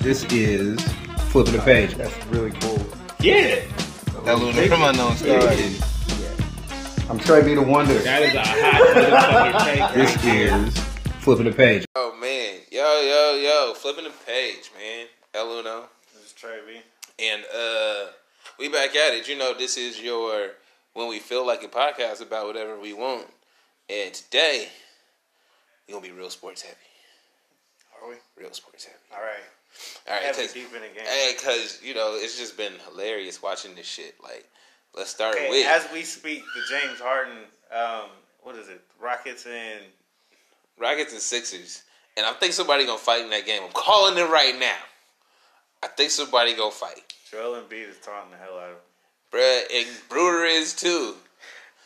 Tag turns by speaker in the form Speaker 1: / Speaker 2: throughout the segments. Speaker 1: This is flipping the page.
Speaker 2: That's really cool.
Speaker 1: Yeah,
Speaker 3: That Luna from Unknown
Speaker 1: yeah.
Speaker 3: Stars.
Speaker 2: I'm Trey B the Wonder.
Speaker 4: That is a hot motherfucking take. right
Speaker 1: This
Speaker 4: there.
Speaker 1: is flipping the page.
Speaker 3: Oh man, yo yo yo, flipping the page, man. El Uno,
Speaker 5: This is Trey B.
Speaker 3: and uh, we back at it. You know, this is your when we feel like a podcast about whatever we want. And today, we gonna be real sports heavy.
Speaker 5: Are we?
Speaker 3: Real sports heavy.
Speaker 5: All right.
Speaker 3: All right,
Speaker 5: Heavy
Speaker 3: because
Speaker 5: deep in the game.
Speaker 3: you know it's just been hilarious watching this shit. Like, let's start
Speaker 5: Okay,
Speaker 3: with
Speaker 5: as we speak, the James Harden, um, what is it? Rockets and
Speaker 3: Rockets and Sixers, and I think somebody gonna fight in that game. I'm calling it right now. I think somebody gonna fight,
Speaker 5: Joel Embiid is taunting the hell out of him.
Speaker 3: bruh. And Brewer is too.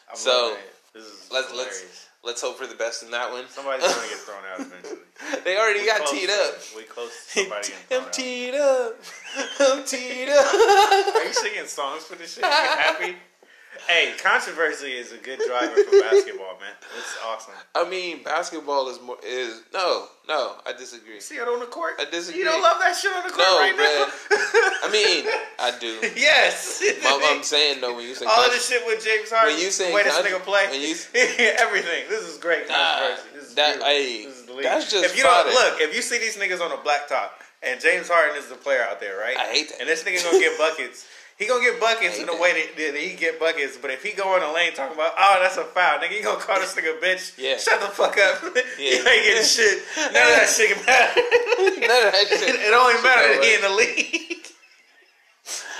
Speaker 5: I'm
Speaker 3: So,
Speaker 5: loving it. this is
Speaker 3: Let's
Speaker 5: hilarious.
Speaker 3: let's let's hope for the best in that one.
Speaker 5: Somebody's gonna get thrown out eventually.
Speaker 3: They already
Speaker 5: We
Speaker 3: got
Speaker 5: close
Speaker 3: teed
Speaker 5: to-
Speaker 3: up.
Speaker 5: We close to somebody getting thrown
Speaker 3: I'm
Speaker 5: out.
Speaker 3: teed up. I'm teed up.
Speaker 5: Are you singing songs for this shit? You happy? Hey, controversy is a good driver for basketball, man. It's awesome.
Speaker 3: I mean, basketball is more is no, no. I disagree.
Speaker 5: You see it on the court?
Speaker 3: I disagree.
Speaker 5: You don't love that shit on the court
Speaker 3: No,
Speaker 5: right now?
Speaker 3: I mean, I do.
Speaker 5: yes.
Speaker 3: But I'm saying though, when you say
Speaker 5: All of this shit with James Harden.
Speaker 3: When you saying
Speaker 5: Wait, this
Speaker 3: contro-
Speaker 5: nigga play.
Speaker 3: when you-
Speaker 5: Everything. This is great
Speaker 3: Nah,
Speaker 5: controversy. This is
Speaker 3: that-
Speaker 5: beautiful.
Speaker 3: hey,
Speaker 5: This is the league.
Speaker 3: that's just
Speaker 5: if you don't
Speaker 3: product.
Speaker 5: look, if you see these niggas on a blacktop and James Harden is the player out there, right?
Speaker 3: I hate that.
Speaker 5: And this nigga gonna get buckets. He gonna get buckets
Speaker 3: hate
Speaker 5: in the
Speaker 3: that.
Speaker 5: way that, that he get buckets, but if he go in the lane talking about, oh, that's a foul, nigga, you gonna call this nigga bitch?
Speaker 3: Yeah.
Speaker 5: Shut the fuck up. you
Speaker 3: Yeah.
Speaker 5: ain't getting shit. None of that shit matter.
Speaker 3: none of that shit.
Speaker 5: It, it only matters that he in
Speaker 3: You know
Speaker 5: the league.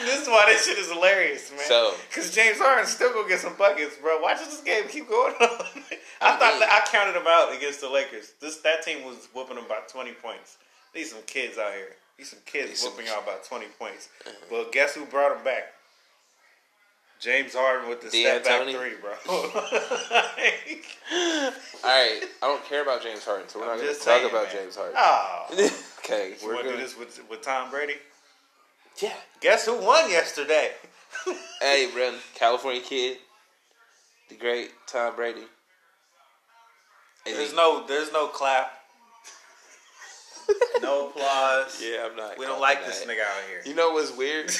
Speaker 5: this is why this shit is hilarious, man.
Speaker 3: So-
Speaker 5: because James Harden still gonna get some buckets, bro. Watch this game keep going on. I,
Speaker 3: I
Speaker 5: thought
Speaker 3: mean-
Speaker 5: that I counted them out against the Lakers. This that team was whooping them by twenty points. These some kids out here. These some kids
Speaker 3: These some- Uh-huh.
Speaker 5: whooping y'all by twenty points. Well, guess who brought them back? James Harden with the step back
Speaker 3: D'Antoni?
Speaker 5: three, bro. Like,
Speaker 3: what? All right, I don't care about James Harden, so we're not
Speaker 5: I'm
Speaker 3: going to
Speaker 5: just
Speaker 3: talk
Speaker 5: saying,
Speaker 3: about
Speaker 5: man.
Speaker 3: James Harden.
Speaker 5: oh, you
Speaker 3: okay, we're
Speaker 5: want to do
Speaker 3: gonna,
Speaker 5: this with with Tom Brady?
Speaker 3: yeah.
Speaker 5: Guess who won yesterday?
Speaker 3: Hey, bro, California kid, the great Tom Brady. Is
Speaker 5: There's
Speaker 3: he-
Speaker 5: no there's no clap. no applause.
Speaker 3: Yeah, I'm not.
Speaker 5: We don't
Speaker 3: calling
Speaker 5: like
Speaker 3: that.
Speaker 5: this nigga out here.
Speaker 3: You know what's weird?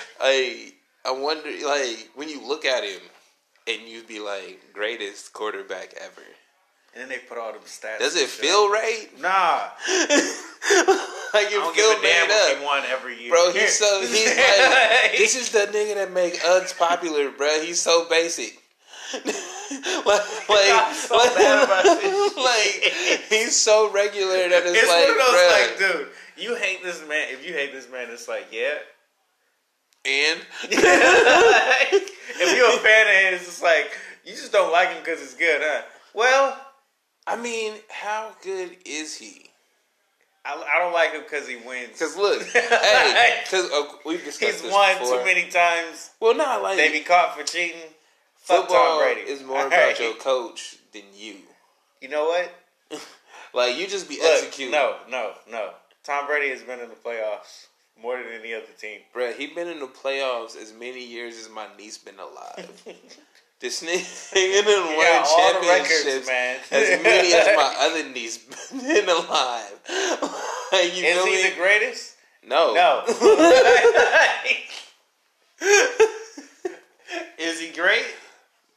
Speaker 3: I I wonder, like, when you look at him, and you'd be like, greatest quarterback ever.
Speaker 5: and then they put all them stats.
Speaker 3: Does
Speaker 5: and
Speaker 3: it
Speaker 5: shit.
Speaker 3: feel right?
Speaker 5: Nah.
Speaker 3: like
Speaker 5: I
Speaker 3: you
Speaker 5: don't give
Speaker 3: feel
Speaker 5: a damn
Speaker 3: made
Speaker 5: if
Speaker 3: up.
Speaker 5: he won every year.
Speaker 3: Bro, he's so he's like this is the nigga that make Uggs popular, bro. He's so basic. like, like,
Speaker 5: I'm so mad about this shit.
Speaker 3: like, he's so regular that it's,
Speaker 5: it's
Speaker 3: like,
Speaker 5: one of those
Speaker 3: bruh.
Speaker 5: like, dude, you hate this man. If you hate this man, it's like, yeah.
Speaker 3: and
Speaker 5: if you're a fan of his, it's like you just don't like him because it's good, huh? Well,
Speaker 3: I mean, how good is he?
Speaker 5: I, I don't like him because he wins.
Speaker 3: Because look, hey, because we've discussed
Speaker 5: He's
Speaker 3: this
Speaker 5: won
Speaker 3: before.
Speaker 5: too many times.
Speaker 3: Well, not like
Speaker 5: They be caught for cheating. Fuck Tom
Speaker 3: football
Speaker 5: Brady.
Speaker 3: is more
Speaker 5: All
Speaker 3: about
Speaker 5: right.
Speaker 3: your coach than you.
Speaker 5: You know what?
Speaker 3: Like you just be
Speaker 5: Look,
Speaker 3: executing.
Speaker 5: No, no, no. Tom Brady has been in the playoffs more than any other team.
Speaker 3: Bruh, he been in the playoffs as many years as my niece been alive. this nigga done
Speaker 5: He
Speaker 3: won
Speaker 5: got all the
Speaker 3: championships
Speaker 5: records, man.
Speaker 3: as many as my other niece been alive. Like, you
Speaker 5: Is
Speaker 3: feel
Speaker 5: he
Speaker 3: me?
Speaker 5: the greatest?
Speaker 3: no,
Speaker 5: No. Is he great?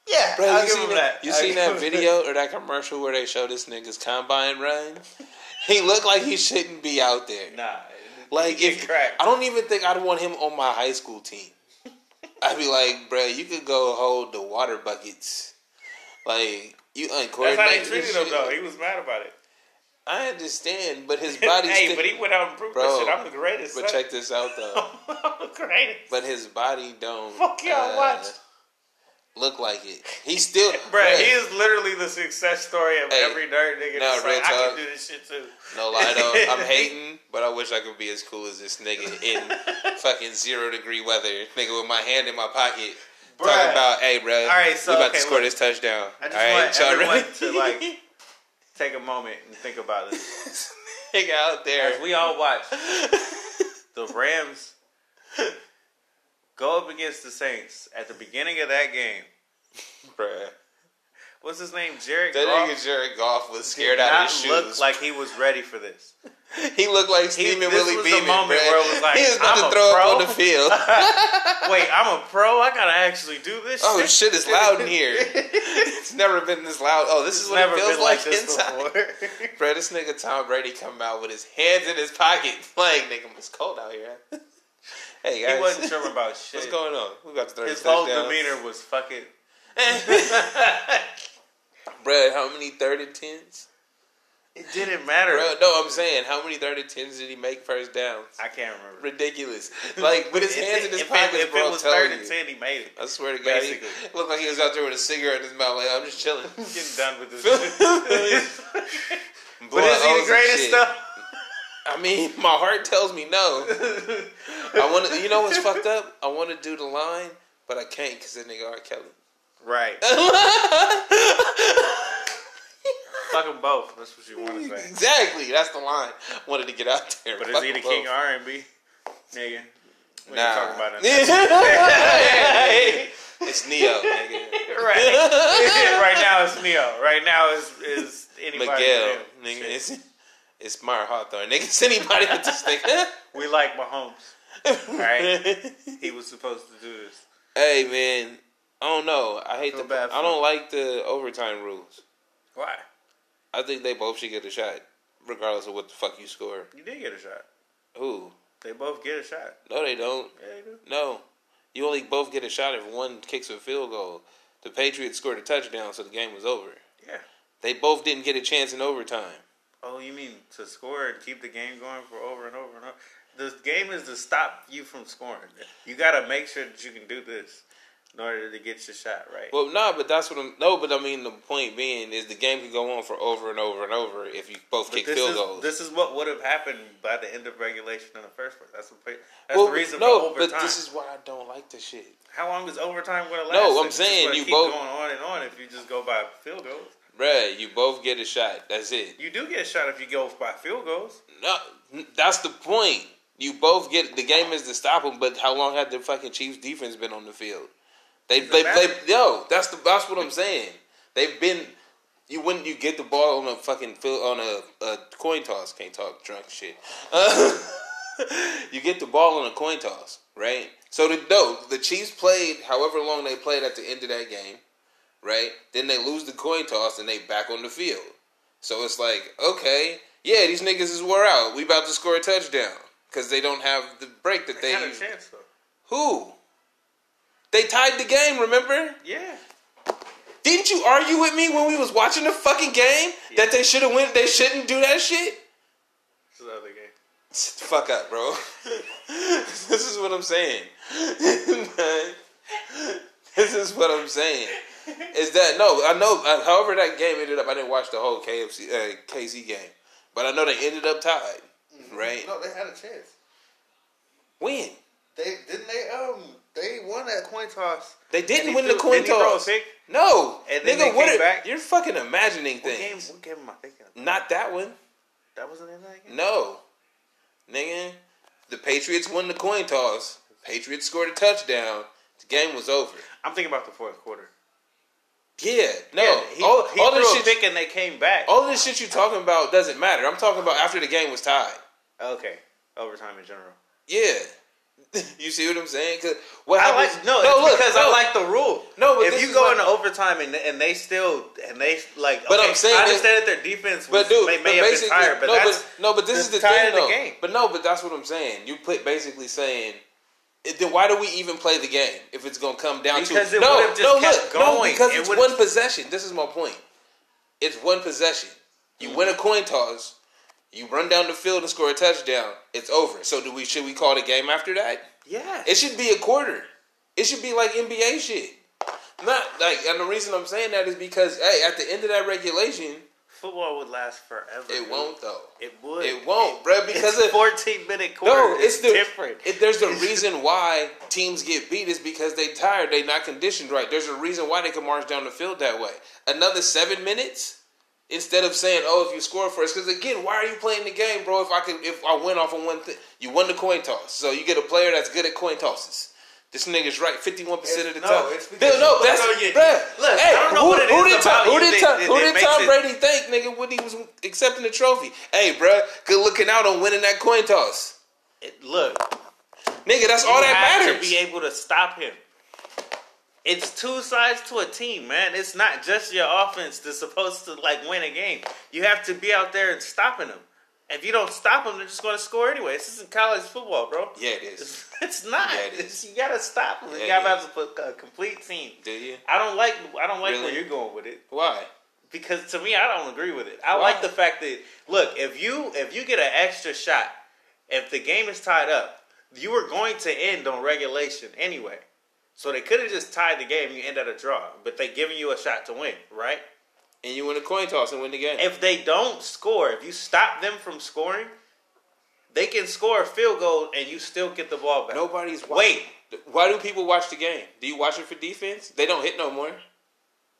Speaker 5: Yeah,
Speaker 3: Bruh,
Speaker 5: I'll
Speaker 3: you
Speaker 5: give
Speaker 3: seen
Speaker 5: him
Speaker 3: that,
Speaker 5: that.
Speaker 3: you
Speaker 5: I'll
Speaker 3: seen
Speaker 5: give
Speaker 3: that
Speaker 5: him
Speaker 3: video or that commercial where they show this nigga's combine run? He looked like he shouldn't be out there.
Speaker 5: Nah.
Speaker 3: Like
Speaker 5: He get
Speaker 3: if
Speaker 5: cracked.
Speaker 3: I don't even think I'd want him on my high school team. I'd be like, bruh, you could go hold the water buckets. Like you
Speaker 5: That's
Speaker 3: uncoordinated.
Speaker 5: how they treated him,
Speaker 3: shit.
Speaker 5: though. He was mad about it.
Speaker 3: I understand, but his body.
Speaker 5: hey,
Speaker 3: still-
Speaker 5: but he went out and proved
Speaker 3: Bro,
Speaker 5: that shit. I'm the greatest.
Speaker 3: But
Speaker 5: son.
Speaker 3: check this out though.
Speaker 5: I'm the greatest.
Speaker 3: But his body don't.
Speaker 5: Fuck y'all,
Speaker 3: Uh,
Speaker 5: watch.
Speaker 3: Look like it. He still.
Speaker 5: Bruh,
Speaker 3: bruh,
Speaker 5: he is literally the success story of
Speaker 3: Hey.
Speaker 5: every nerd nigga.
Speaker 3: Nah,
Speaker 5: that's
Speaker 3: real
Speaker 5: like, I
Speaker 3: talk.
Speaker 5: can do this shit too.
Speaker 3: No lie though, I'm hating, but I wish I could be as cool as this nigga in fucking zero degree weather. Nigga with my hand in my pocket. Talking
Speaker 5: Bruh.
Speaker 3: about, hey, bro, all
Speaker 5: right, so,
Speaker 3: we about
Speaker 5: okay,
Speaker 3: to score
Speaker 5: look.
Speaker 3: this touchdown.
Speaker 5: I just
Speaker 3: all right,
Speaker 5: want
Speaker 3: y'all
Speaker 5: everyone
Speaker 3: ready?
Speaker 5: to like take a moment and think about this.
Speaker 3: Nigga out
Speaker 5: As
Speaker 3: there.
Speaker 5: we all watch the Rams go up against the Saints at the beginning of that game.
Speaker 3: Bruh.
Speaker 5: What's his name? Jared
Speaker 3: That
Speaker 5: Goff
Speaker 3: nigga Jared Goff was
Speaker 5: did
Speaker 3: scared out of his
Speaker 5: not
Speaker 3: shoes.
Speaker 5: look like he was ready for this.
Speaker 3: He looked like Stephen
Speaker 5: this
Speaker 3: Willie
Speaker 5: was the
Speaker 3: Beeman.
Speaker 5: moment
Speaker 3: bruh.
Speaker 5: where it was like,
Speaker 3: he was about
Speaker 5: I'm
Speaker 3: to
Speaker 5: a
Speaker 3: throw
Speaker 5: pro.
Speaker 3: up on the field.
Speaker 5: Wait, I'm a pro. I gotta actually do this.
Speaker 3: Oh shit, it's loud in here. it's never been this loud. Oh, this is
Speaker 5: It's
Speaker 3: what
Speaker 5: never
Speaker 3: it feels
Speaker 5: been like
Speaker 3: like,
Speaker 5: this
Speaker 3: inside.
Speaker 5: before.
Speaker 3: Bro, this nigga Tom Brady come out with his hands in his pocket, like nigga, it's cold out here. hey guys,
Speaker 5: he wasn't sure about shit.
Speaker 3: what's going on? We about to throw
Speaker 5: His
Speaker 3: this
Speaker 5: whole
Speaker 3: touchdown.
Speaker 5: demeanor was fucking.
Speaker 3: Bro, how many third and tens?
Speaker 5: It didn't matter.
Speaker 3: Bro, no, I'm saying how many third and tens did he make first downs?
Speaker 5: I can't remember.
Speaker 3: Ridiculous. Like with his
Speaker 5: If
Speaker 3: hands
Speaker 5: it-
Speaker 3: in his
Speaker 5: if it-
Speaker 3: pockets,
Speaker 5: if
Speaker 3: bro.
Speaker 5: it
Speaker 3: I'm
Speaker 5: was
Speaker 3: telling
Speaker 5: third and
Speaker 3: you.
Speaker 5: ten, he made it.
Speaker 3: I swear to God, he
Speaker 5: Basically.
Speaker 3: looked like he was out there with a cigarette in his mouth. Like I'm just chilling.
Speaker 5: I'm getting done with this.
Speaker 3: But
Speaker 5: but is he the greatest
Speaker 3: stuff?
Speaker 5: though?
Speaker 3: I mean, my heart tells me no. I want to. You know what's fucked up? I want to do the line, but I can't because that nigga R. Kelly.
Speaker 5: Right. Fuck them both. That's what you want to say.
Speaker 3: Exactly. That's the line. Wanted to get out there.
Speaker 5: But is
Speaker 3: Fuck
Speaker 5: he the
Speaker 3: them
Speaker 5: king of
Speaker 3: both.
Speaker 5: R and B? Nigga. We
Speaker 3: Nah.
Speaker 5: ain't talking about it.
Speaker 3: Yeah. it's Neo, nigga.
Speaker 5: right. right now it's Neo. Right now is is anybody.
Speaker 3: Miguel,
Speaker 5: but him.
Speaker 3: nigga.
Speaker 5: Shit.
Speaker 3: It's, it's Meyer Hawthorne, nigga. It's anybody with this nigga.
Speaker 5: We like Mahomes. Right. He was supposed to do this.
Speaker 3: Hey man, I don't know. I hate
Speaker 5: Feel
Speaker 3: the.
Speaker 5: bad for
Speaker 3: I don't like the overtime rules.
Speaker 5: Why?
Speaker 3: I think they both should get a shot, regardless of what the fuck you score.
Speaker 5: You did get a shot.
Speaker 3: Who?
Speaker 5: They both get a shot.
Speaker 3: No, they don't.
Speaker 5: Yeah, they do.
Speaker 3: No, you only both get a shot if one kicks a field goal. The Patriots scored a touchdown, so the game was over.
Speaker 5: Yeah.
Speaker 3: They both didn't get a chance in overtime.
Speaker 5: Oh, you mean to score and keep the game going for over and over and over? The game is to stop you from scoring. You got to make sure that you can do this in order to get your shot right.
Speaker 3: Well, nah, but that's what I'm. No, but I mean the point being is the game could go on for over and over and over if you both
Speaker 5: But
Speaker 3: kick
Speaker 5: this
Speaker 3: field
Speaker 5: is,
Speaker 3: goals.
Speaker 5: This is what would have happened by the end of regulation in the first place. That's, the pla- that's
Speaker 3: Well,
Speaker 5: the reason
Speaker 3: no,
Speaker 5: for
Speaker 3: but
Speaker 5: overtime.
Speaker 3: this is why I don't like this shit.
Speaker 5: How long is overtime going to last?
Speaker 3: No, I'm
Speaker 5: If just
Speaker 3: saying
Speaker 5: wanna
Speaker 3: you
Speaker 5: keep
Speaker 3: both-
Speaker 5: going on and on if you just go by field goals.
Speaker 3: Bruh, you both get a shot. That's it.
Speaker 5: You do get a shot if you go by field goals.
Speaker 3: No, that's the point. You both get the game is to stop them, but how long had the fucking Chiefs defense been on the field? They, they, they,
Speaker 5: matter.
Speaker 3: yo, that's the that's what I'm saying. They've been. You wouldn't you get the ball on a fucking field on a, a coin toss? Can't talk drunk shit. you get the ball on a coin toss, right? So the no, the Chiefs played however long they played at the end of that game, right? Then they lose the coin toss and they back on the field. So it's like, okay, yeah, these niggas is wore out. We about to score a touchdown because they don't have the break that
Speaker 5: They
Speaker 3: they.
Speaker 5: had a chance though.
Speaker 3: Who? They tied the game. Remember?
Speaker 5: Yeah,
Speaker 3: Didn't you argue with me when we was watching the fucking game that they should have went? They shouldn't do that shit.
Speaker 5: it's the other game.
Speaker 3: Shut the fuck up, bro. this is what I'm saying. this is what I'm saying. Is that no? I know. Uh, however, that game ended up. I didn't watch the whole KFC uh, KC game, but I know they ended up tied.
Speaker 5: Mm-hmm.
Speaker 3: Right?
Speaker 6: No, they had a chance.
Speaker 3: When
Speaker 6: They didn't they um they won that coin toss.
Speaker 3: they didn't
Speaker 5: he
Speaker 3: win the
Speaker 5: threw-
Speaker 3: coin
Speaker 5: didn't he throw a
Speaker 3: toss.
Speaker 5: pick?
Speaker 3: No,
Speaker 5: And then they
Speaker 3: nigga, what?
Speaker 5: came
Speaker 3: Are,
Speaker 5: back?
Speaker 3: You're fucking imagining
Speaker 5: What game?
Speaker 3: things.
Speaker 5: What game am I thinking? Of?
Speaker 3: Not that one.
Speaker 5: That wasn't in that game.
Speaker 3: No. Nigga, the Patriots won the coin toss. Patriots scored a touchdown. The game was over.
Speaker 5: I'm thinking about the fourth quarter.
Speaker 3: Yeah, no.
Speaker 5: Yeah, he,
Speaker 3: all
Speaker 5: he
Speaker 3: all
Speaker 5: threw
Speaker 3: this
Speaker 5: a
Speaker 3: shit,
Speaker 5: pick and they came back.
Speaker 3: all this shit you talking about doesn't matter. I'm talking about after the game was tied.
Speaker 5: Okay, overtime in general.
Speaker 3: Yeah. you see what I'm saying? 'Cause what
Speaker 5: I
Speaker 3: happens-
Speaker 5: like no, it's because I
Speaker 3: no.
Speaker 5: like the rule.
Speaker 3: No, but
Speaker 5: if
Speaker 3: this
Speaker 5: you
Speaker 3: is
Speaker 5: go
Speaker 3: what-
Speaker 5: into overtime and and they still and they like,
Speaker 3: But
Speaker 5: okay,
Speaker 3: I'm saying
Speaker 5: I
Speaker 3: that-
Speaker 5: understand that, their defense was,
Speaker 3: But dude,
Speaker 5: may,
Speaker 3: but
Speaker 5: may have been
Speaker 3: basically,
Speaker 5: tired, but
Speaker 3: no,
Speaker 5: that's
Speaker 3: but no, but this
Speaker 5: the
Speaker 3: is the
Speaker 5: tie
Speaker 3: thing
Speaker 5: of the
Speaker 3: though.
Speaker 5: game.
Speaker 3: But no, but that's what I'm saying. You put basically saying. it- Then why do we even play the game if it's gonna come down
Speaker 5: Because
Speaker 3: to
Speaker 5: it
Speaker 3: no,
Speaker 5: would've just
Speaker 3: no,
Speaker 5: kept
Speaker 3: look, no,
Speaker 5: going.
Speaker 3: because
Speaker 5: It
Speaker 3: it's
Speaker 5: would've-
Speaker 3: one possession. This is my point. It's one possession. You win a coin toss, you run down the field and score a touchdown. It's over. So do we? Should we call the game after that?
Speaker 5: yeah.
Speaker 3: It should be a quarter. It should be like NBA shit. Not like, and the reason I'm saying that is because hey, at the end of that regulation,
Speaker 5: Football would last forever.
Speaker 3: it
Speaker 5: dude.
Speaker 3: won't though.
Speaker 5: It would.
Speaker 3: It won't, bruh, because
Speaker 5: it's
Speaker 3: of-
Speaker 5: 14 minute quarter.
Speaker 3: No, it's, the
Speaker 5: different.
Speaker 3: It, there's a reason why teams get beat is because they tired, they not conditioned right. There's a reason why they can march down the field that way. Another seven minutes instead of saying, "Oh, if you score first, because again, why are you playing the game, bro? If I can, if I win off on one thing, you won the coin toss, so you get a player that's good at coin tosses. This nigga's right 51% of the
Speaker 5: It's-
Speaker 3: time.
Speaker 5: no, it's because
Speaker 3: Bill, no,
Speaker 5: you
Speaker 3: that's.
Speaker 5: put it on your-
Speaker 3: bruh,
Speaker 5: Look,
Speaker 3: hey,
Speaker 5: I don't know
Speaker 3: who,
Speaker 5: what it
Speaker 3: who
Speaker 5: is
Speaker 3: did Tom,
Speaker 5: about
Speaker 3: who
Speaker 5: you
Speaker 3: did
Speaker 5: that-
Speaker 3: Tom,
Speaker 5: that-
Speaker 3: who
Speaker 5: that
Speaker 3: did
Speaker 5: makes
Speaker 3: Tom
Speaker 5: it-
Speaker 3: Brady think, nigga, when he was accepting the trophy? Hey, bruh, good looking out on winning that coin toss.
Speaker 5: It- look,
Speaker 3: Nigga, that's all
Speaker 5: you
Speaker 3: that
Speaker 5: have
Speaker 3: matters.
Speaker 5: to be able to stop him. It's two sides to a team, man. It's not just your offense that's supposed to like win a game. You have to be out there and stopping them. If you don't stop them, they're just going to score anyway. This isn't college football, bro.
Speaker 3: yeah, it is.
Speaker 5: It's, it's not.
Speaker 3: Yeah, it is.
Speaker 5: It's- you gotta stop them.
Speaker 3: Yeah,
Speaker 5: you gotta
Speaker 3: it
Speaker 5: have to put a complete team.
Speaker 3: Do you?
Speaker 5: I don't like. I don't like where
Speaker 3: Really?
Speaker 5: you're going with it
Speaker 3: Why?
Speaker 5: because to me, I don't agree with it. I
Speaker 3: Why?
Speaker 5: like the fact that look, if you if you get an extra shot, if the game is tied up, you were going to end on regulation anyway. So they could have just tied the game. You end at a draw, but they giving you a shot to win, right?
Speaker 3: And you win the coin toss and win the game.
Speaker 5: If they don't score, if you stop them from scoring, they can score a field goal and you still get the ball back.
Speaker 3: Nobody's watching.
Speaker 5: Wait,
Speaker 3: Why do people watch the game? Do you watch it for defense? They don't hit no more.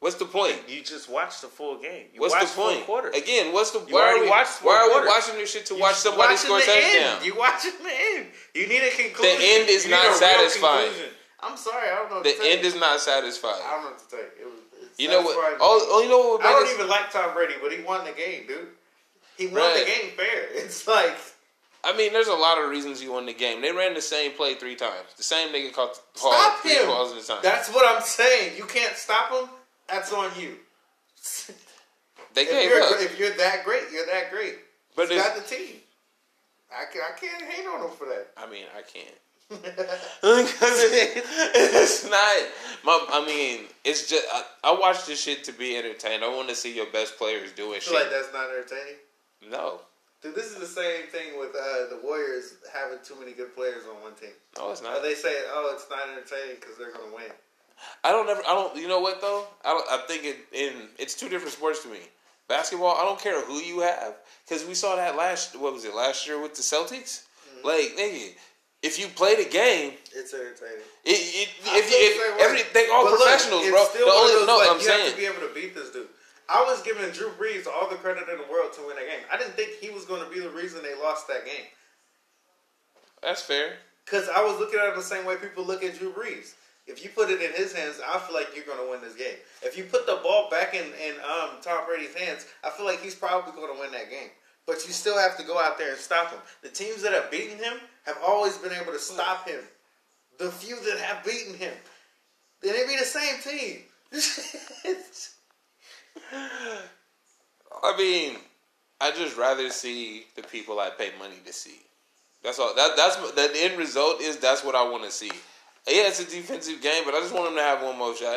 Speaker 3: What's the point?
Speaker 5: You just watch the full game. You
Speaker 3: What's
Speaker 5: watch
Speaker 3: the point?
Speaker 5: Full quarter.
Speaker 3: Again, what's the
Speaker 5: You
Speaker 3: why are
Speaker 5: already
Speaker 3: we
Speaker 5: watched four
Speaker 3: why are we
Speaker 5: quarters.
Speaker 3: watching this shit to
Speaker 5: You
Speaker 3: watch
Speaker 5: just
Speaker 3: somebody
Speaker 5: watching
Speaker 3: score a
Speaker 5: the end.
Speaker 3: touchdown?
Speaker 5: You watching the end. You need a conclusion.
Speaker 3: The end is
Speaker 5: You need
Speaker 3: not
Speaker 5: a real
Speaker 3: satisfying.
Speaker 5: conclusion. I'm sorry, I don't know. What
Speaker 3: The
Speaker 5: to tell
Speaker 3: end
Speaker 5: you.
Speaker 3: is not satisfying.
Speaker 5: I don't know what to tell you. It was, it's
Speaker 3: You know what?
Speaker 5: satisfying.
Speaker 3: All, all you know what would
Speaker 5: I
Speaker 3: make
Speaker 5: don't
Speaker 3: us-
Speaker 5: even like Tom Brady, but he won the game, dude. He won the
Speaker 3: Right.
Speaker 5: game fair. It's like
Speaker 3: I mean, there's a lot of reasons you won the game. They ran the same play three times. The same nigga caught the ball
Speaker 5: stop
Speaker 3: three
Speaker 5: him.
Speaker 3: balls at a time.
Speaker 5: That's what I'm saying. You can't stop him. That's on you.
Speaker 3: they
Speaker 5: If
Speaker 3: gave
Speaker 5: you're
Speaker 3: up.
Speaker 5: if you're that great, you're that great.
Speaker 3: But
Speaker 5: you
Speaker 3: it's,
Speaker 5: got the team. I can I can't hate on him for that.
Speaker 3: I mean, I can't. Because it, it's not. My, I mean, it's just. I, I watch this shit to be entertained. I want to see your best players doing
Speaker 5: I
Speaker 3: shit.
Speaker 5: feel like that's not entertaining.
Speaker 3: no,
Speaker 5: Dude, this is the same thing with uh, the Warriors having too many good players on one team.
Speaker 3: no, it's
Speaker 5: Or
Speaker 3: not.
Speaker 5: they say, oh, it's not entertaining because they're going to win.
Speaker 3: I don't ever. I don't. You know what though? I don't. I think it. In it's two different sports to me. Basketball. I don't care who you have because we saw that last. What was it last year with the Celtics?
Speaker 5: Mm-hmm.
Speaker 3: Like nigga, if you play the game,
Speaker 5: It's entertaining.
Speaker 3: it, it,
Speaker 5: I
Speaker 3: if,
Speaker 5: feel the same
Speaker 3: you- if
Speaker 5: way.
Speaker 3: every they all
Speaker 5: But look,
Speaker 3: Oh, professionals,
Speaker 5: it's
Speaker 3: bro.
Speaker 5: still
Speaker 3: The
Speaker 5: one of
Speaker 3: only
Speaker 5: those,
Speaker 3: no,
Speaker 5: like,
Speaker 3: I'm
Speaker 5: you have
Speaker 3: saying.
Speaker 5: to be able to beat this dude. I was giving Drew Brees all the credit in the world to win that game. I didn't think he was going to be the reason they lost that game.
Speaker 3: That's fair.
Speaker 5: Because I was looking at it the same way people look at Drew Brees. If you put it in his hands, I feel like you're going to win this game. If you put the ball back in, in um, Tom Brady's hands, I feel like he's probably going to win that game. But you still have to go out there and stop him. The teams that have beaten him have always been able to stop him. The few that have beaten him, they may be the same team.
Speaker 3: I mean, I just rather see the people I pay money to see. That's all. That that's the end result is that's what I want to see. Yeah, it's a defensive game, but I just want him to have one more shot,
Speaker 5: I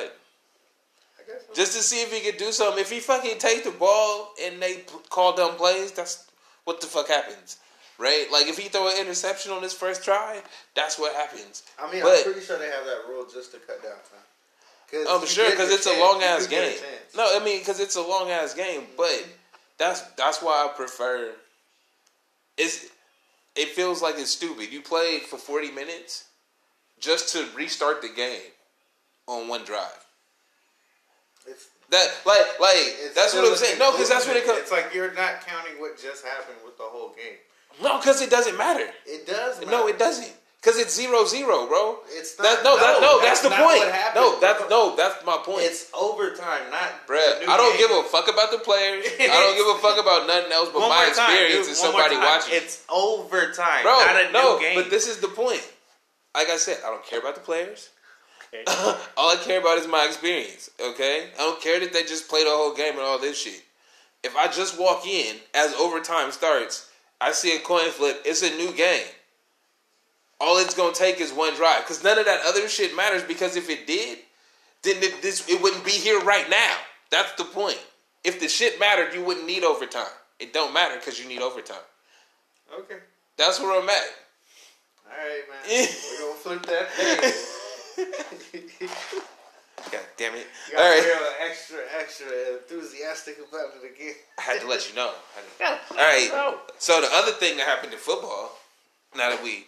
Speaker 5: guess so.
Speaker 3: just to see if he could do something. If he fucking take the ball and they p- call dumb plays, that's what the fuck happens, right? Like if he throw an interception on his first try, that's what happens.
Speaker 5: I mean, I'm
Speaker 3: But-
Speaker 5: pretty sure they have that rule just to cut down time. Cause
Speaker 3: I'm
Speaker 5: you
Speaker 3: sure
Speaker 5: get
Speaker 3: because
Speaker 5: your
Speaker 3: it's
Speaker 5: chance,
Speaker 3: a long
Speaker 5: you
Speaker 3: ass
Speaker 5: do get a
Speaker 3: game.
Speaker 5: chance.
Speaker 3: No, I mean because it's a long ass game, but that's that's why I prefer. It's it feels like it's stupid. You play for forty minutes just to restart the game on one drive.
Speaker 5: It's-
Speaker 3: That like like
Speaker 5: It's
Speaker 3: that's what
Speaker 5: still
Speaker 3: I'm
Speaker 5: a
Speaker 3: saying. No, because that's what it
Speaker 5: conclusion.
Speaker 3: comes.
Speaker 5: It's like you're not counting what just happened with the whole game.
Speaker 3: No, because it doesn't matter.
Speaker 5: It does.
Speaker 3: No,
Speaker 5: matter.
Speaker 3: it doesn't. Because it's zero zero, bro.
Speaker 5: It's not.
Speaker 3: That, no, that, no, that's, the
Speaker 5: not
Speaker 3: point.
Speaker 5: what happened.
Speaker 3: No, that's no, that's my point.
Speaker 5: It's overtime, not
Speaker 3: Bruh,
Speaker 5: the new
Speaker 3: I don't
Speaker 5: game.
Speaker 3: give a fuck about the players. I don't give a fuck about nothing else but
Speaker 5: One
Speaker 3: my
Speaker 5: more time,
Speaker 3: experience
Speaker 5: dude,
Speaker 3: and
Speaker 5: one more
Speaker 3: somebody
Speaker 5: time.
Speaker 3: watching.
Speaker 5: It's overtime,
Speaker 3: Bro,
Speaker 5: not a
Speaker 3: no,
Speaker 5: new game.
Speaker 3: but this is the point. Like I said, I don't care about the players.
Speaker 5: Okay.
Speaker 3: all I care about is my experience, okay? I don't care that they just play the whole game and all this shit. If I just walk in as overtime starts, I see a coin flip, it's a new game. All it's gonna take is one drive, because none of that other shit matters. Because if it did, then it, this it wouldn't be here right now. That's the point. If the shit mattered, you wouldn't need overtime. It don't matter because you need overtime.
Speaker 5: okay.
Speaker 3: That's where I'm at.
Speaker 5: All right, man. We're gonna flip that thing.
Speaker 3: God damn it!
Speaker 5: You
Speaker 3: All
Speaker 5: got
Speaker 3: right.
Speaker 5: real extra, extra enthusiastic about it again.
Speaker 3: I had to let you know. I had to- All right. So the other thing that happened in football, now that we,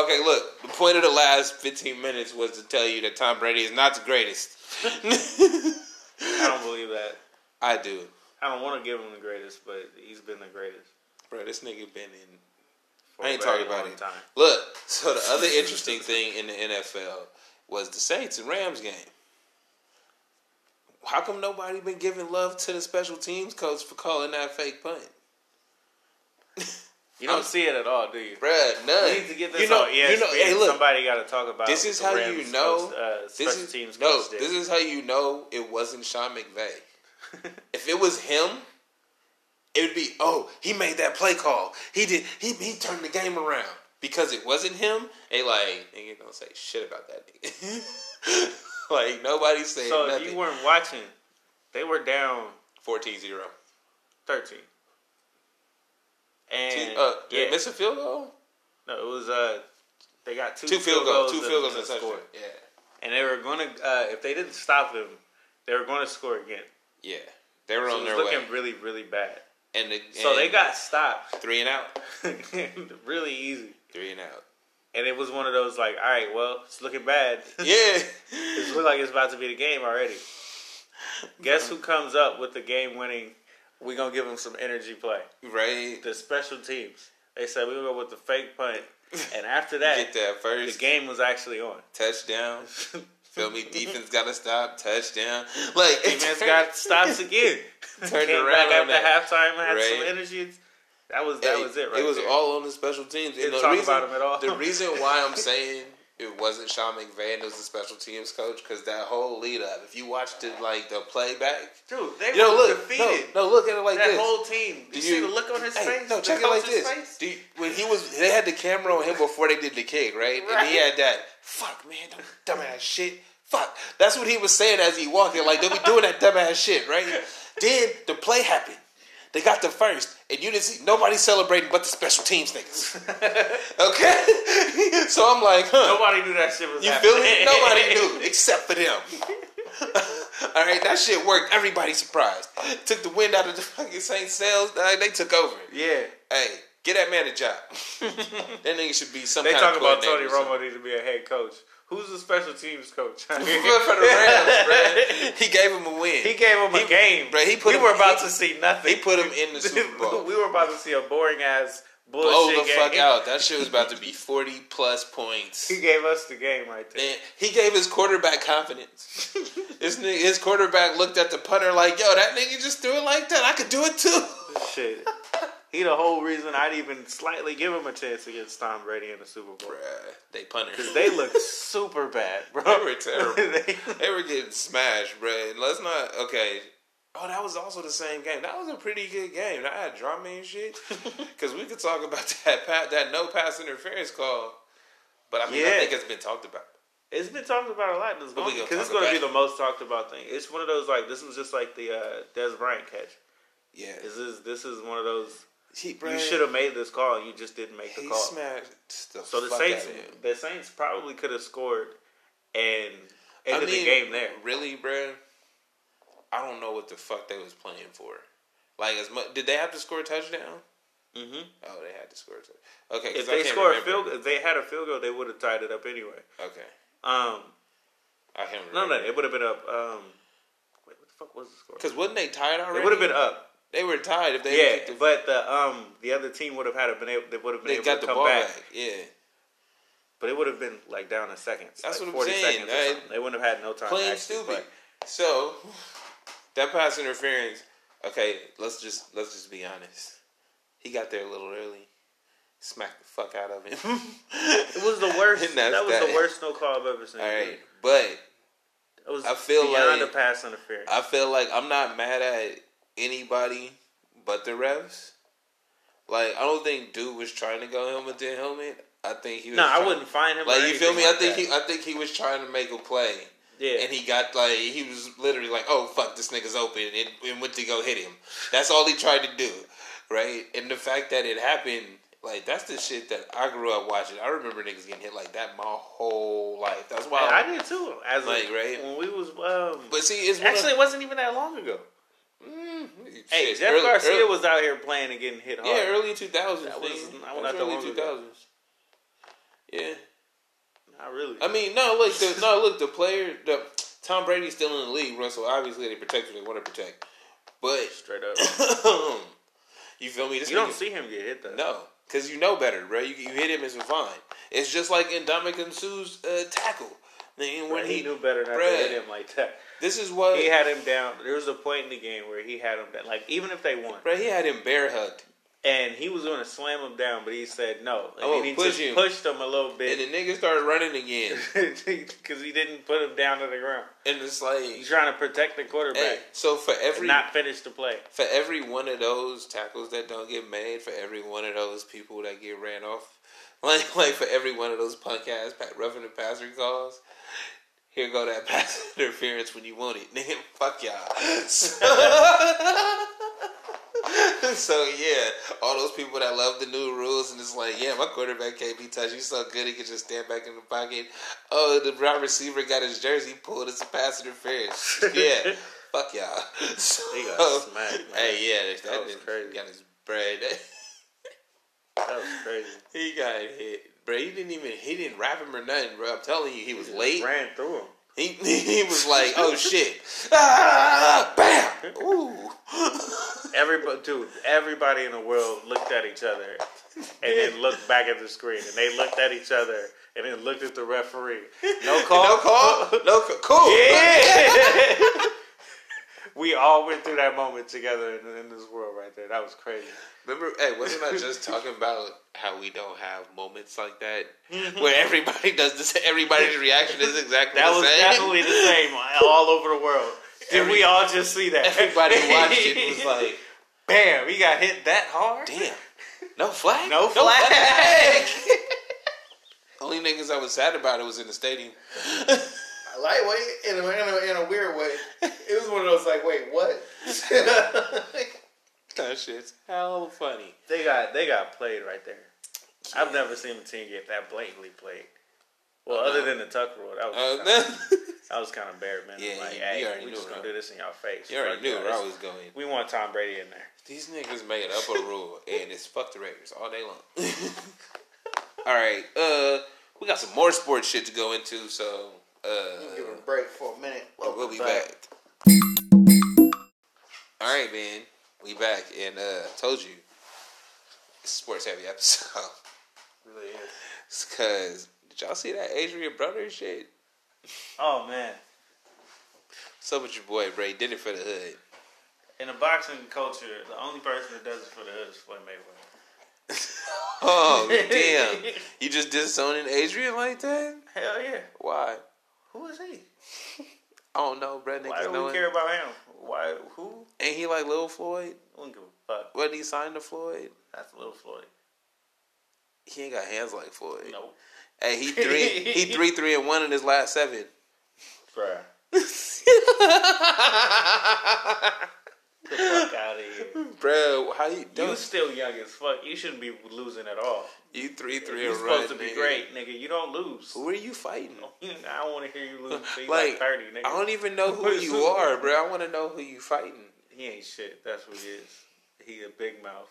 Speaker 3: okay, look, the point of the last fifteen minutes was to tell you that Tom Brady is not the greatest.
Speaker 5: I don't believe that.
Speaker 3: I do,
Speaker 5: I don't want to give him the greatest, but he's been the greatest.
Speaker 3: bro. This nigga been in
Speaker 2: for
Speaker 3: I ain't
Speaker 2: a very
Speaker 3: talking about
Speaker 2: long
Speaker 3: it.
Speaker 2: Time.
Speaker 3: Look, so the other interesting thing in the NFL was the Saints and Rams game. How come nobody been giving love to the special teams coach for calling that fake punt?
Speaker 5: You don't
Speaker 3: I'm-
Speaker 5: see it at all, do you?
Speaker 3: Bruh, none.
Speaker 5: We need to get this E
Speaker 3: you know,
Speaker 5: on ESPN.
Speaker 3: you know, hey, look,
Speaker 5: Somebody got to talk about
Speaker 3: this is
Speaker 5: the
Speaker 3: how
Speaker 5: Rams
Speaker 3: you know.
Speaker 5: coach, uh, special
Speaker 3: this is
Speaker 5: teams
Speaker 3: no.
Speaker 5: coach did.
Speaker 3: This is how you know it wasn't Sean McVay. if it was him, it would be oh he made that play call. He did. He he turned the game around because it wasn't him. They like nigga don't say shit about that nigga. like nobody saying
Speaker 5: so if
Speaker 3: nothing.
Speaker 5: you weren't watching, they were down
Speaker 3: 14 0.
Speaker 5: 13. And
Speaker 3: Uh, did
Speaker 5: yeah,
Speaker 3: they miss a field goal?
Speaker 5: no, it was uh, they got two,
Speaker 3: Two field goals. Two
Speaker 5: to-
Speaker 3: field goals
Speaker 5: to
Speaker 3: and a touchdown.
Speaker 5: score.
Speaker 3: Yeah.
Speaker 5: And they were going to uh, if they didn't stop him, they were going to score again.
Speaker 3: Yeah. They were
Speaker 5: So
Speaker 3: on
Speaker 5: it
Speaker 3: their
Speaker 5: was
Speaker 3: way.
Speaker 5: looking really, really bad.
Speaker 3: And, the,
Speaker 5: So
Speaker 3: and
Speaker 5: they got stopped
Speaker 3: three and out.
Speaker 5: really easy.
Speaker 3: Three and out.
Speaker 5: And it was one of those like, all right, well, it's looking bad.
Speaker 3: Yeah.
Speaker 5: It looked like it's about to be the game already. Guess who comes up with the game winning? We gonna give them some energy play.
Speaker 3: right.
Speaker 5: The special teams. They said we gonna go with the fake punt, and after that,
Speaker 3: Get that
Speaker 5: the
Speaker 3: first
Speaker 5: game was actually on.
Speaker 3: touchdown. Feel me? Defense got to stop. Touchdown. Like
Speaker 5: Defense got stops again.
Speaker 3: Turned
Speaker 5: Came
Speaker 3: around
Speaker 5: back after
Speaker 3: that.
Speaker 5: halftime, had some
Speaker 3: Right.
Speaker 5: energy. That was that was it. Right.
Speaker 3: It was
Speaker 5: there.
Speaker 3: all on the special teams.
Speaker 5: Didn't
Speaker 3: And the
Speaker 5: talk
Speaker 3: reason-
Speaker 5: about 'em at all.
Speaker 3: The reason why I'm saying it wasn't Sean McVay and it was the special teams coach because that whole lead up. If you watched it like the playback,
Speaker 2: Dude, they
Speaker 3: you know,
Speaker 2: were
Speaker 3: look, no,
Speaker 2: defeated.
Speaker 3: no, look at it like
Speaker 2: that
Speaker 3: this.
Speaker 2: whole team.
Speaker 3: Do
Speaker 2: you, see the look on his
Speaker 3: Hey,
Speaker 2: face?
Speaker 3: No,
Speaker 2: The
Speaker 3: check it like
Speaker 2: coach's
Speaker 3: this.
Speaker 2: face?
Speaker 3: Do you- when he was, they had the camera on him before they did the kick, right? And he
Speaker 2: Right.
Speaker 3: had that. Fuck, man, don't dumbass shit. Fuck. That's what he was saying as he walked in. Like they were doing that dumbass shit, right? then the play happened. They got the first, and you didn't see nobody celebrating but the special teams niggas. okay, so I'm like, huh?
Speaker 5: Nobody knew that shit was.
Speaker 3: You
Speaker 5: happening.
Speaker 3: feel me? Nobody knew except for them. All right, that shit worked. Everybody surprised. Took the wind out of the fucking Saint sales. dog. They took over.
Speaker 5: Yeah,
Speaker 3: Hey, get that man a job. that nigga should be some.
Speaker 5: they
Speaker 3: kind
Speaker 5: talk
Speaker 3: of
Speaker 5: about Tony
Speaker 3: coordinator or something.
Speaker 5: Romo needs to be a head coach. Who's the special teams coach?
Speaker 3: Good for the Rams, bruh. He gave him a win.
Speaker 5: He gave him a
Speaker 3: He-
Speaker 5: game.
Speaker 3: bruh, he put
Speaker 5: we
Speaker 3: him-
Speaker 5: were about
Speaker 3: he-
Speaker 5: to see nothing.
Speaker 3: They put him in the Super Bowl.
Speaker 5: we were about to see a boring ass bullshit
Speaker 3: Blow the
Speaker 5: game.
Speaker 3: fuck out. That shit was about to be forty plus points.
Speaker 5: He gave us the game right there.
Speaker 3: And he gave his quarterback confidence. his, ni- his quarterback looked at the punter like, "Yo, that nigga just threw it like that. I could do it too."
Speaker 5: Shit. He the whole reason I'd even slightly give him a chance against Tom Brady in the Super Bowl.
Speaker 3: Bruh, they punter.
Speaker 5: Because they looked super bad, bro.
Speaker 3: They were terrible.
Speaker 5: They-
Speaker 3: They were getting smashed, bruh. And Let's not. Okay. Oh, that was also the same game. That was a pretty good game. I had drama and shit because we could talk about that pa- that no pass interference call. But I mean, I
Speaker 5: Yeah.
Speaker 3: think it's been talked about.
Speaker 5: It's been talked about a lot. Because
Speaker 3: But we gonna
Speaker 5: it's
Speaker 3: talk
Speaker 5: going to be
Speaker 3: about
Speaker 5: the most talked about thing. It's one of those, like, this was just like the uh, Des Bryant catch.
Speaker 3: Yeah,
Speaker 5: This is, this is one of those,
Speaker 3: he,
Speaker 5: you should have made this call and you just didn't make the
Speaker 3: He
Speaker 5: call.
Speaker 3: smashed the
Speaker 5: So the
Speaker 3: fuck
Speaker 5: Saints,
Speaker 3: out of him.
Speaker 5: the Saints probably could have scored and
Speaker 3: I
Speaker 5: ended the
Speaker 3: mean,
Speaker 5: game there.
Speaker 3: Really, bruh? I don't know what the fuck they was playing for. Like, as much did they have to score a touchdown?
Speaker 5: Mm-hmm.
Speaker 3: Oh, they had to score a touchdown. Okay, 'cause
Speaker 5: If
Speaker 3: I
Speaker 5: they
Speaker 3: can't
Speaker 5: scored a
Speaker 3: remember.
Speaker 5: field, if they had a field goal, they would have tied it up anyway.
Speaker 3: okay,
Speaker 5: Um,
Speaker 3: I can't remember.
Speaker 5: no, no, it would have been up. Um, wait, what the fuck was the score?
Speaker 3: because wasn't they tied already?
Speaker 5: It would have been up.
Speaker 3: They were tied if they
Speaker 5: Yeah,
Speaker 3: kicked the-
Speaker 5: but the um the other team would have had a been able they would have been
Speaker 3: they
Speaker 5: able
Speaker 3: got
Speaker 5: to
Speaker 3: the
Speaker 5: come
Speaker 3: ball
Speaker 5: back,
Speaker 3: back. Yeah,
Speaker 5: but it would have been like down in seconds.
Speaker 3: That's
Speaker 5: like
Speaker 3: what I'm saying,
Speaker 5: Seconds or
Speaker 3: right?
Speaker 5: something. They wouldn't have had no time. to
Speaker 3: plain
Speaker 5: actually
Speaker 3: stupid.
Speaker 5: play.
Speaker 3: So that pass interference. Okay, let's just let's just be honest. He got there a little early. Smacked the fuck out of him.
Speaker 5: It was the worst.
Speaker 3: And that's
Speaker 5: that was
Speaker 3: that.
Speaker 5: the worst no call I've ever seen.
Speaker 3: All right, but
Speaker 5: It was
Speaker 3: I feel
Speaker 5: beyond
Speaker 3: like-
Speaker 5: a pass interference.
Speaker 3: I feel like I'm not mad at anybody but the refs. Like I don't think dude was trying to go helmet to helmet. I think he was.
Speaker 5: No,
Speaker 3: trying-
Speaker 5: I wouldn't find him. or
Speaker 3: Like you feel
Speaker 5: anything
Speaker 3: me?
Speaker 5: like
Speaker 3: I think
Speaker 5: that.
Speaker 3: he. I think he was trying to make a play,
Speaker 5: Yeah.
Speaker 3: and he got like he was literally like, "Oh fuck, this nigga's open," and, and went to go hit him. That's all he tried to do, right? And the fact that it happened, like that's the shit that I grew up watching. I remember niggas getting hit like that my whole life. That's why.
Speaker 5: And I did too. As a-
Speaker 3: Like, right?
Speaker 5: when we was um,
Speaker 3: But see, it's one of-
Speaker 5: actually, it wasn't even that long ago.
Speaker 3: Mm,
Speaker 5: Hey,
Speaker 3: shit,
Speaker 5: Jeff
Speaker 3: early-
Speaker 5: Garcia
Speaker 3: early-
Speaker 5: was out here playing and getting hit hard.
Speaker 3: Yeah, early two thousands.
Speaker 5: That was- that was
Speaker 3: That was
Speaker 5: not that
Speaker 3: early
Speaker 5: long
Speaker 3: two
Speaker 5: ago.
Speaker 3: thousands. Yeah,
Speaker 5: Not really.
Speaker 3: I mean, no, look, the, no, look, the player, the Tom Brady's still in the league, Russell. Obviously, they protect who they want to protect, but
Speaker 5: Straight up,
Speaker 3: you feel me? This
Speaker 5: you don't
Speaker 3: nigga-
Speaker 5: see him get hit though.
Speaker 3: no, Because you know better, bro. You, you hit him, it's fine. It's just like in Dominican Sue's uh, tackle. Then when
Speaker 5: When he,
Speaker 3: he,
Speaker 5: knew better not
Speaker 3: Bruh.
Speaker 5: to hit him like that.
Speaker 3: this is what
Speaker 5: He had him down. There was a point in the game where he had him down. Like even if they won,
Speaker 3: bro, he had him bear hugged,
Speaker 5: and he was going to slam him down, but he said no. And
Speaker 3: I will
Speaker 5: he
Speaker 3: Oh, push
Speaker 5: just
Speaker 3: you.
Speaker 5: pushed him a little
Speaker 3: and the
Speaker 5: bit
Speaker 3: nigga started running again,
Speaker 5: because he didn't put him down to the ground.
Speaker 3: and it's
Speaker 5: He's
Speaker 3: like,
Speaker 5: trying to protect the quarterback,
Speaker 3: hey, so for every
Speaker 5: and not finish the play.
Speaker 3: for every one of those tackles that don't get made, for every one of those people that get ran off, like like for every one of those punk ass pat roughing the passer calls, here go that pass interference when you want it, nigga. Fuck y'all. So, so, yeah, all those people that love the new rules and it's like, yeah, my quarterback can't be touched. He's so good he can just stand back in the pocket. Oh, the wide receiver got his jersey pulled. It's a pass interference. Yeah. Fuck y'all. So,
Speaker 5: He got smacked, man.
Speaker 3: Hey, yeah, that,
Speaker 5: That was
Speaker 3: nigga
Speaker 5: crazy.
Speaker 3: Got his bread.
Speaker 5: That was crazy.
Speaker 3: he got hit, bro. He didn't even he didn't wrap him or nothing, bro. I'm telling you, he was late.
Speaker 5: Ran through him.
Speaker 3: He, he was like, oh shit. Ah, bam! Ooh.
Speaker 5: Everybody, dude, everybody in the world looked at each other and then looked back at the screen, and they looked at each other and then looked at the referee. No call.
Speaker 3: No call? No call. Cool.
Speaker 5: Yeah. we all went through that moment together in, in this world right there. That was crazy.
Speaker 3: Remember, hey, wasn't I just talking about how we don't have moments like that where everybody does this, everybody's reaction is exactly
Speaker 5: Mm-hmm. That
Speaker 3: the
Speaker 5: was
Speaker 3: same?
Speaker 5: definitely the same all over the world. Did
Speaker 3: Every-
Speaker 5: we all just see that?
Speaker 3: Everybody watched it and was like,
Speaker 5: "Bam! He got hit that hard."
Speaker 3: damn, no flag?
Speaker 5: No flag.
Speaker 3: Only niggas I was sad about it was in the stadium.
Speaker 2: Lightweight in a, in a, in a weird way. It was one of those like, wait, what?
Speaker 3: That shit's hell funny.
Speaker 5: They got they got played right there. I've never seen a team get that blatantly played. Well, other than the tuck rule, that was kinda,
Speaker 3: Uh,
Speaker 5: that was kind of bare man.
Speaker 3: Yeah,
Speaker 5: like,
Speaker 3: you- you
Speaker 5: hey,
Speaker 3: already
Speaker 5: we
Speaker 3: knew
Speaker 5: just
Speaker 3: it,
Speaker 5: gonna
Speaker 3: right?
Speaker 5: do this in your face.
Speaker 3: you already
Speaker 5: Fuck
Speaker 3: knew
Speaker 5: y'all.
Speaker 3: where I
Speaker 5: This-
Speaker 3: was going.
Speaker 5: We want Tom Brady in there.
Speaker 3: These niggas made up a rule, and it's fuck the Raiders all day long. all right, uh, we got some more sports shit to go into, so
Speaker 2: Give
Speaker 3: uh,
Speaker 2: it a break for a minute.
Speaker 3: we'll be back. All right, man, we back, and uh, I told you, it's a sports heavy episode.
Speaker 5: Really is.
Speaker 3: It's Cause did y'all see that Adrian Brother shit?
Speaker 5: Oh man.
Speaker 3: So with your boy Ray did it for the hood.
Speaker 5: In the boxing culture, the only person that does it for the hood is Floyd Mayweather.
Speaker 3: Oh damn! You just disowning Adrian like that?
Speaker 5: Hell yeah.
Speaker 3: Why?
Speaker 5: Who is he?
Speaker 3: I don't know, bro.
Speaker 5: Why
Speaker 3: Niggas
Speaker 5: do we
Speaker 3: knowing.
Speaker 5: care about him? Why? Who?
Speaker 3: Ain't he like Lil Floyd?
Speaker 5: I don't give a fuck.
Speaker 3: Wasn't he signed to Floyd?
Speaker 5: That's little Floyd.
Speaker 3: He ain't got hands like Floyd.
Speaker 5: No,
Speaker 3: Hey, he three, he three, three and one in his last seven.
Speaker 5: bruh. Get the fuck out of here.
Speaker 3: Bro, how you
Speaker 5: You
Speaker 3: doing?
Speaker 5: still young as fuck. You shouldn't be losing at all.
Speaker 3: You, three, three
Speaker 5: You're
Speaker 3: and one.
Speaker 5: supposed to be
Speaker 3: nigga.
Speaker 5: great, nigga. You don't lose.
Speaker 3: Who are you fighting?
Speaker 5: I don't want to hear you lose. till you
Speaker 3: Like,
Speaker 5: like, thirty, nigga.
Speaker 3: I don't even know who you are, bro. I want to know who you fighting.
Speaker 5: He ain't shit. That's what he is. He a big mouth,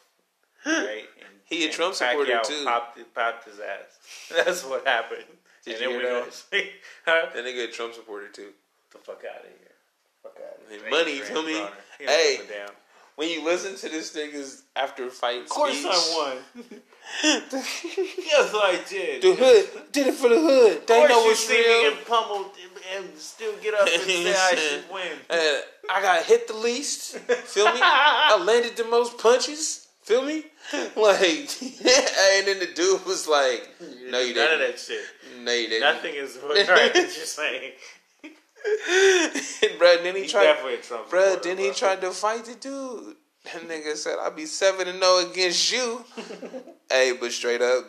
Speaker 5: right? And,
Speaker 3: He a
Speaker 5: and
Speaker 3: Trump supporter,
Speaker 5: Pacquiao
Speaker 3: too.
Speaker 5: Popped, popped his ass. That's what happened.
Speaker 3: Did
Speaker 5: and
Speaker 3: you
Speaker 5: then
Speaker 3: hear
Speaker 5: we
Speaker 3: that?
Speaker 5: gonna say, huh? Get
Speaker 3: That nigga a Trump supporter too.
Speaker 5: the fuck out of here. Fuck out of
Speaker 3: His
Speaker 5: here.
Speaker 3: money,
Speaker 5: Ain't
Speaker 3: feel me?
Speaker 5: granddaughter. He
Speaker 3: Hey.
Speaker 5: ain't coming down.
Speaker 3: When you listen to this nigga's after fight,
Speaker 5: Of course I won. yes, I did.
Speaker 3: The hood did it for the hood. They
Speaker 5: of course
Speaker 3: know
Speaker 5: you
Speaker 3: what's
Speaker 5: see
Speaker 3: real.
Speaker 5: me get pummeled and, and still get up and say I should win.
Speaker 3: Uh, I got hit the least. Feel me? I landed the most punches. Feel me? Like, and then the dude was like, "No,
Speaker 5: None
Speaker 3: you didn't.
Speaker 5: of that shit.
Speaker 3: No, you didn't."
Speaker 5: Nothing is what right, you're saying.
Speaker 3: and bro, then he
Speaker 5: He's
Speaker 3: tried.
Speaker 5: definitely a Trump.
Speaker 3: Bro,
Speaker 5: supporter,
Speaker 3: then he
Speaker 5: bro.
Speaker 3: tried to fight the dude. That nigga said, "I'll be seven and zero against you." hey, but straight up,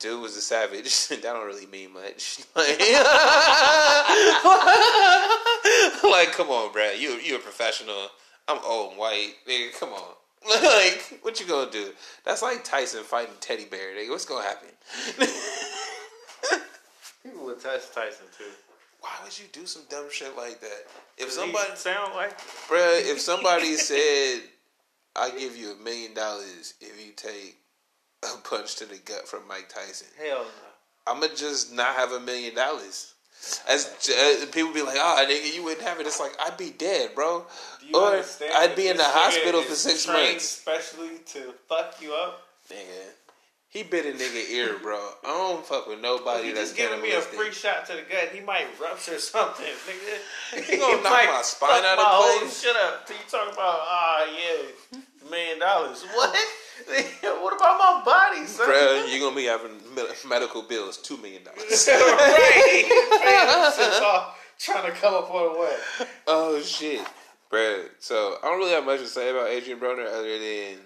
Speaker 3: dude was a savage. that don't really mean much. Like, like, come on, Brad. You you a professional. I'm old and white. Nigga, come on. Like, what you gonna do? That's like Tyson fighting Teddy Bear. Nigga, what's gonna happen?
Speaker 5: People would touch Tyson too.
Speaker 3: Why would you do some dumb shit like that? If
Speaker 5: Does
Speaker 3: somebody
Speaker 5: he sound like
Speaker 3: Bruh, if somebody said, I give you a million dollars if you take a punch to the gut from Mike Tyson,
Speaker 5: hell
Speaker 3: I'ma just not have a million dollars. As uh, people be like, ah, nigga, you wouldn't have it. It's like I'd be dead, bro.
Speaker 5: no.
Speaker 3: Or I'd be in the hospital for six months,
Speaker 5: especially to fuck you up.
Speaker 3: nigga. He bit a nigga ear, bro. I don't fuck with nobody
Speaker 2: He
Speaker 3: that's
Speaker 2: just giving me a
Speaker 3: cannibalistic.
Speaker 2: free shot to the gut. He might rupture something, nigga.
Speaker 3: He gonna knock
Speaker 2: might
Speaker 3: my spine
Speaker 2: fuck
Speaker 3: out of
Speaker 2: my whole
Speaker 3: place.
Speaker 2: Shit up. So you talking about ah yeah, million dollars? What? what about my body, son?
Speaker 3: Bro, you're gonna be having me- medical bills, two million dollars.
Speaker 2: right? Since all trying to come up on what?
Speaker 3: oh shit, bro. So I don't really have much to say about Adrian Broner other than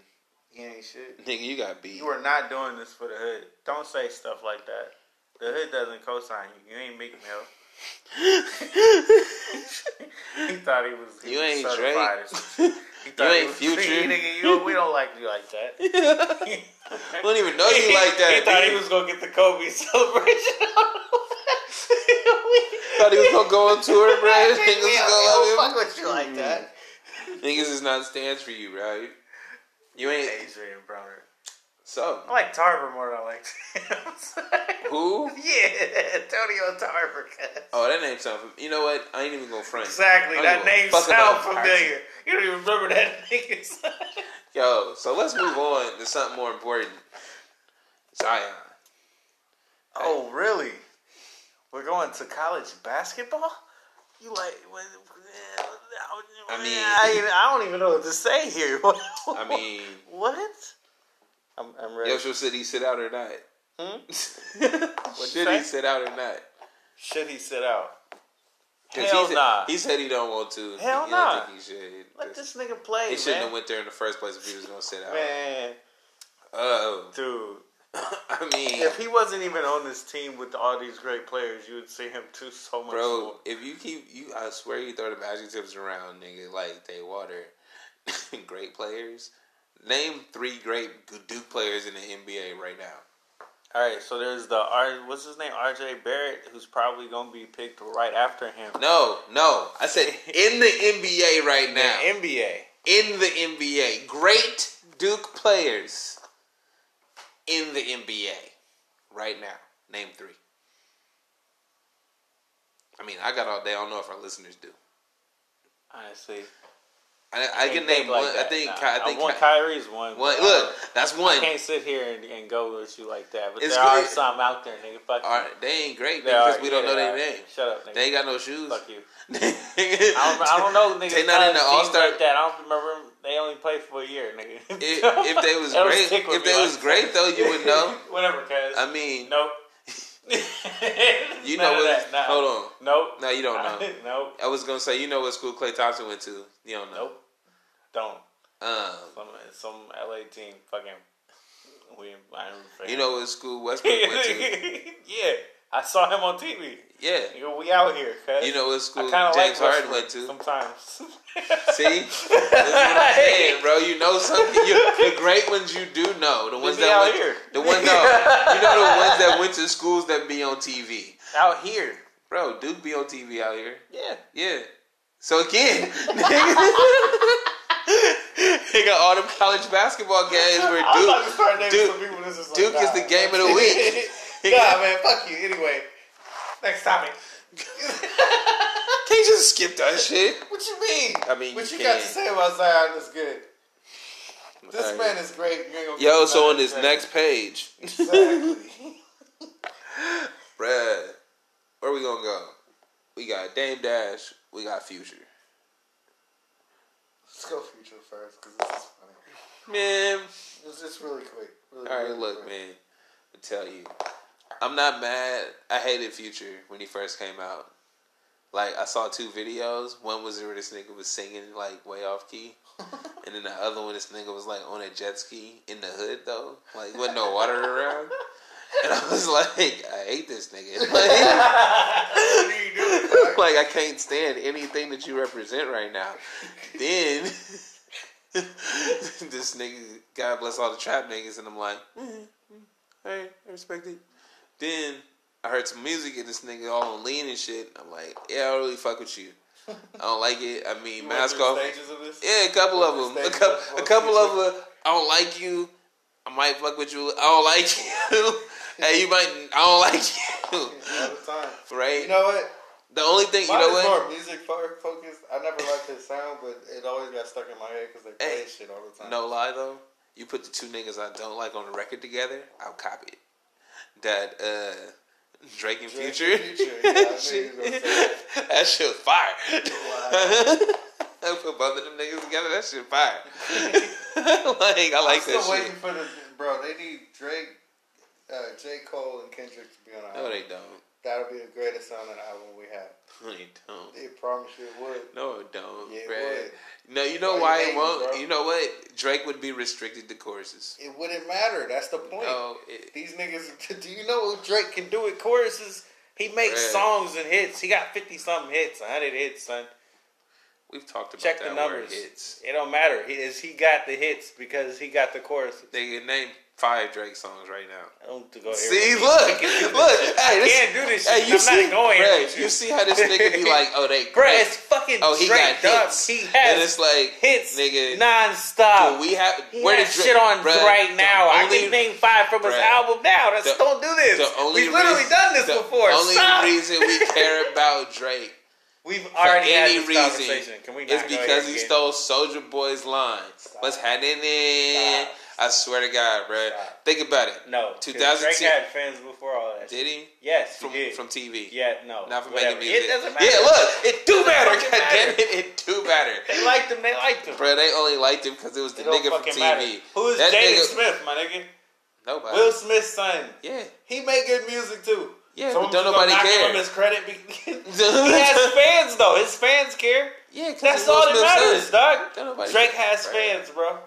Speaker 2: He ain't shit.
Speaker 3: nigga, you got beat.
Speaker 5: You are not doing this for the hood. Don't say stuff like that. The hood doesn't co-sign you. You ain't Meek Mill. he thought he was. He
Speaker 3: You
Speaker 5: was
Speaker 3: ain't
Speaker 5: certified or some shit. He
Speaker 3: Drake.
Speaker 5: thought
Speaker 3: You
Speaker 5: he
Speaker 3: ain't
Speaker 5: was-
Speaker 3: Future.
Speaker 5: nigga, you, we don't like you like that.
Speaker 3: we don't even know you like that.
Speaker 2: He thought he
Speaker 3: nigga.
Speaker 2: was gonna get the Kobe celebration.
Speaker 3: Thought he was gonna go on tour, bro.
Speaker 2: Pick me up.
Speaker 3: Niggas
Speaker 2: Don't
Speaker 3: gonna love
Speaker 2: fuck
Speaker 3: him. Mm.
Speaker 2: with you like that.
Speaker 3: Niggas is not stands for you, right? You ain't
Speaker 5: Adrian Broner.
Speaker 3: so
Speaker 5: I like Tarver more than I like Tim.
Speaker 3: who?
Speaker 5: yeah, Antonio Tarver. cuz.
Speaker 3: Oh, that name sound. fam- You know what? I ain't even gonna front.
Speaker 5: Exactly.
Speaker 3: I
Speaker 5: That
Speaker 3: don't give a
Speaker 5: name
Speaker 3: fuck
Speaker 5: sound
Speaker 3: about Tarver.
Speaker 5: familiar. You don't even remember that nigga's.
Speaker 3: Yo, so let's move on to something more important. Zion.
Speaker 5: Oh, really? We're going to college basketball? You like? What,
Speaker 3: I
Speaker 5: I
Speaker 3: mean-
Speaker 5: mean, I, I don't even know what to say here.
Speaker 3: I mean,
Speaker 5: what? I'm, I'm ready.
Speaker 3: Yoshio said he sit out or not.
Speaker 5: Hmm?
Speaker 3: Should
Speaker 5: say?
Speaker 3: he sit out or not?
Speaker 5: Should he sit out?
Speaker 3: 'Cause
Speaker 5: Hell
Speaker 3: he said,
Speaker 5: nah.
Speaker 3: He said he don't want to.
Speaker 5: Hell
Speaker 3: he
Speaker 5: nah.
Speaker 3: Don't think he should.
Speaker 5: Let this nigga play,
Speaker 3: They shouldn't
Speaker 5: man.
Speaker 3: have went there in the first place if he was gonna sit out.
Speaker 5: man,
Speaker 3: Oh,
Speaker 5: dude.
Speaker 3: I mean,
Speaker 5: If he wasn't even on this team with all these great players, you would see him do so much
Speaker 3: bro,
Speaker 5: more.
Speaker 3: if you keep you, I swear you throw them adjectives around, nigga, like they water. great players. Name three great Duke players in the NBA right now.
Speaker 5: All right, so there's the R. What's his name? R.J. Barrett, who's probably gonna be picked right after him.
Speaker 3: No, no. I said in the NBA right now.
Speaker 5: NBA.
Speaker 3: in the NBA. Great Duke players in the NBA right now. Name three. I mean, I got all day. I don't know if our listeners do.
Speaker 5: Honestly,
Speaker 3: I, I
Speaker 5: Can't
Speaker 3: can name
Speaker 5: think like
Speaker 3: one. I
Speaker 5: that.
Speaker 3: think.
Speaker 5: Nah,
Speaker 3: Ky- I think.
Speaker 5: want
Speaker 3: Ky-
Speaker 5: Kyrie's one.
Speaker 3: one.
Speaker 5: but
Speaker 3: Look, that's
Speaker 5: I
Speaker 3: one.
Speaker 5: can't sit here and, and go with you like that. But
Speaker 3: It's
Speaker 5: there are
Speaker 3: good.
Speaker 5: some out there, nigga. Fuck
Speaker 3: All
Speaker 5: you.
Speaker 3: right, they ain't great nigga,
Speaker 5: There
Speaker 3: because
Speaker 5: are-
Speaker 3: we don't
Speaker 5: yeah,
Speaker 3: know
Speaker 5: there
Speaker 3: their
Speaker 5: are.
Speaker 3: name.
Speaker 5: Shut up, nigga.
Speaker 3: They ain't got no shoes.
Speaker 5: Fuck you. I
Speaker 3: I,
Speaker 5: don't, I don't know, nigga.
Speaker 3: They not in the All Star.
Speaker 5: Like that. I don't remember. 'em. They only played for a year, nigga.
Speaker 3: If, if they was
Speaker 5: That'll
Speaker 3: great,
Speaker 5: stick with
Speaker 3: if
Speaker 5: me
Speaker 3: they
Speaker 5: like
Speaker 3: was great though, you would know.
Speaker 5: Whatever, cuz.
Speaker 3: I mean,
Speaker 5: nope.
Speaker 3: you
Speaker 5: None
Speaker 3: know
Speaker 5: of
Speaker 3: what?
Speaker 5: that. Nah.
Speaker 3: Hold
Speaker 5: Nope.
Speaker 3: on. No, you don't know.
Speaker 5: nope.
Speaker 3: I was gonna say, you know what school Clay Thompson went to? You don't know.
Speaker 5: Nope. Don't.
Speaker 3: Um,
Speaker 5: Some some LA team fucking. We, I don't
Speaker 3: you know what school Westbrook went to?
Speaker 5: yeah, I saw him on TV.
Speaker 3: Yeah.
Speaker 5: Nigga, we out here. Cause
Speaker 3: You know what school
Speaker 5: I kind of like
Speaker 3: James Harden
Speaker 5: Westbrook
Speaker 3: went to?
Speaker 5: sometimes.
Speaker 3: See, that's what I'm saying, bro. You know something. You, the great ones you do know. The ones
Speaker 5: be
Speaker 3: that
Speaker 5: out
Speaker 3: went,
Speaker 5: here.
Speaker 3: the one no. You know the ones that went to schools that be on TV,
Speaker 5: out here.
Speaker 3: bro. Duke be on TV out here.
Speaker 5: Yeah.
Speaker 3: Yeah. So again, nigga, they got all them college basketball games where
Speaker 2: I was about to
Speaker 3: Duke,
Speaker 2: start naming
Speaker 3: Duke-
Speaker 2: some people. This is like,
Speaker 3: Duke is
Speaker 2: nah.
Speaker 3: the game of the week.
Speaker 2: nah, man, fuck you. Anyway, next topic.
Speaker 3: Can't just skip that shit.
Speaker 2: What you mean?
Speaker 3: I mean,
Speaker 2: what
Speaker 3: you
Speaker 2: you, got
Speaker 3: can.
Speaker 2: to say about Zion is good. This
Speaker 3: Sorry.
Speaker 2: man is great. You ain't gonna
Speaker 3: Yo, so on
Speaker 2: this
Speaker 3: this next page,
Speaker 2: exactly.
Speaker 3: bruh, where we gonna go? We got Dame Dash, we got Future.
Speaker 2: Let's go future first because this is funny.
Speaker 3: Man,
Speaker 2: It's just really quick. Really,
Speaker 3: all right,
Speaker 2: really
Speaker 3: look,
Speaker 2: quick.
Speaker 3: man, I tell you, I'm not mad. I hated Future when he first came out. Like, I saw two videos. One was where this nigga was singing like way off key, and then the other one, this nigga was like on a jet ski in the hood though, like with no water around. And I was like, I hate this nigga. Like,
Speaker 2: what are you doing? bro?
Speaker 3: like I can't stand anything that you represent right now. Then this nigga, God bless all the trap niggas, and I'm like, "Mhm, mhm, hey, I respect it. Then I heard some music and this nigga all on lean and shit. I'm like, yeah, I don't really fuck with you. I don't like it. I mean,
Speaker 2: You went
Speaker 3: mask
Speaker 2: through
Speaker 3: off.
Speaker 2: Stages of this.
Speaker 3: Yeah, a couple of them. A,
Speaker 2: Stages
Speaker 3: cou-
Speaker 2: of
Speaker 3: a couple of
Speaker 2: fuck
Speaker 3: them. I don't like you. I might fuck with you. I don't like you. hey, you might. I don't like
Speaker 2: All the time.
Speaker 3: you. Right?
Speaker 2: You know what?
Speaker 3: the only thing you
Speaker 2: Mine
Speaker 3: know
Speaker 2: is
Speaker 3: what.
Speaker 2: more music fo- focused. I never liked his sound, but it always got stuck in my head because they play
Speaker 3: Hey.
Speaker 2: his shit all the time.
Speaker 3: No lie though, You put the two niggas I don't like on the record together, I'll copy it. That uh, Drake and
Speaker 2: Drake and
Speaker 3: Future.
Speaker 2: Future, yeah, I knew you were gonna say that.
Speaker 3: that shit was fire. I put both of them niggas together. That shit fire. like I like
Speaker 2: I'm
Speaker 3: that
Speaker 2: still waiting
Speaker 3: shit.
Speaker 2: for the bro. They need Drake, uh, J. Cole, and Kendrick to be on our
Speaker 3: No,
Speaker 2: album.
Speaker 3: they don't.
Speaker 2: That'll be the greatest sounding album we have.
Speaker 3: No, they don't.
Speaker 2: They promise you it would.
Speaker 3: No, it don't.
Speaker 2: Yeah, it
Speaker 3: bruh. No,
Speaker 2: Why
Speaker 3: you know
Speaker 2: you
Speaker 3: why it
Speaker 2: hating,
Speaker 3: won't.
Speaker 2: bro?
Speaker 3: You know what? Drake would be restricted to choruses.
Speaker 2: It wouldn't matter. That's the point.
Speaker 3: No, it,
Speaker 2: These niggas, do you know Drake can do it? Choruses.
Speaker 5: He makes
Speaker 3: Right.
Speaker 5: songs and hits. He got fifty something hits, hundred hits, son.
Speaker 3: we've talked about
Speaker 5: Check
Speaker 3: that
Speaker 5: the
Speaker 3: word
Speaker 5: numbers.
Speaker 3: hits.
Speaker 5: It don't matter. He is he got the hits because he got the choruses.
Speaker 3: They can name five Drake songs right now.
Speaker 5: I don't go here.
Speaker 3: See, look, look, hey, this,
Speaker 5: can't do this
Speaker 3: hey,
Speaker 5: shit.
Speaker 3: you
Speaker 5: I'm
Speaker 3: see,
Speaker 5: not going
Speaker 3: bruh,
Speaker 5: with you.
Speaker 3: you see how this nigga be like, oh, they
Speaker 5: Bruh,
Speaker 3: great.
Speaker 5: it's fucking
Speaker 3: oh, he
Speaker 5: Drake
Speaker 3: got
Speaker 5: Dub.
Speaker 3: hits,
Speaker 5: He
Speaker 3: and
Speaker 5: has
Speaker 3: it's like
Speaker 5: hits
Speaker 3: nigga.
Speaker 5: nonstop.
Speaker 3: do we have
Speaker 5: he
Speaker 3: where
Speaker 5: has
Speaker 3: did Drake,
Speaker 5: shit on
Speaker 3: bruh,
Speaker 5: right
Speaker 3: the
Speaker 5: now. I
Speaker 3: only-
Speaker 5: can name five from his
Speaker 3: bruh,
Speaker 5: album now. That's,
Speaker 3: the-
Speaker 5: don't do this.
Speaker 3: the only
Speaker 5: We've literally
Speaker 3: reason-
Speaker 5: done this
Speaker 3: the
Speaker 5: before.
Speaker 3: Only
Speaker 5: Stop.
Speaker 3: reason we care about Drake
Speaker 5: We've already had
Speaker 3: any
Speaker 5: this
Speaker 3: reason,
Speaker 5: conversation. Can we not
Speaker 3: It's
Speaker 5: go ahead
Speaker 3: because he
Speaker 5: again?
Speaker 3: stole Soldier Boy's line. What's happening?
Speaker 5: Stop.
Speaker 3: I swear to God, bro.
Speaker 5: Stop.
Speaker 3: Think about it.
Speaker 5: No, 'cause
Speaker 3: 2010.
Speaker 5: Drake had fans before all that.
Speaker 3: Did he?
Speaker 5: Yes,
Speaker 3: From
Speaker 5: he did.
Speaker 3: from TV.
Speaker 5: yeah, no,
Speaker 3: Not from
Speaker 5: whatever.
Speaker 3: making music.
Speaker 5: It doesn't matter.
Speaker 3: Yeah, look, it do
Speaker 5: Doesn't
Speaker 3: matter. God
Speaker 5: fucking
Speaker 3: damn
Speaker 5: matter.
Speaker 3: it, it do matter.
Speaker 5: they liked him. They liked him.
Speaker 3: Bro, they only liked him because it was the
Speaker 5: It
Speaker 3: nigga
Speaker 5: don't fucking
Speaker 3: from TV.
Speaker 5: matter. Who is
Speaker 3: That
Speaker 5: Jaden
Speaker 3: nigga-
Speaker 5: Smith, my nigga?
Speaker 3: Nobody.
Speaker 5: Will Smith's son.
Speaker 3: yeah.
Speaker 5: He made good music too.
Speaker 3: Yeah,
Speaker 5: So
Speaker 3: but
Speaker 5: I'm
Speaker 3: don't
Speaker 5: just
Speaker 3: nobody
Speaker 5: gonna knock
Speaker 3: care.
Speaker 5: Him his credit. be- he has fans though. His fans care.
Speaker 3: yeah, 'cause
Speaker 5: That's
Speaker 3: it's Will
Speaker 5: all that
Speaker 3: Smith's son.
Speaker 5: matters, dog.
Speaker 3: Don't nobody
Speaker 5: Drake
Speaker 3: care,
Speaker 5: has
Speaker 3: bruh.
Speaker 5: fans, bro.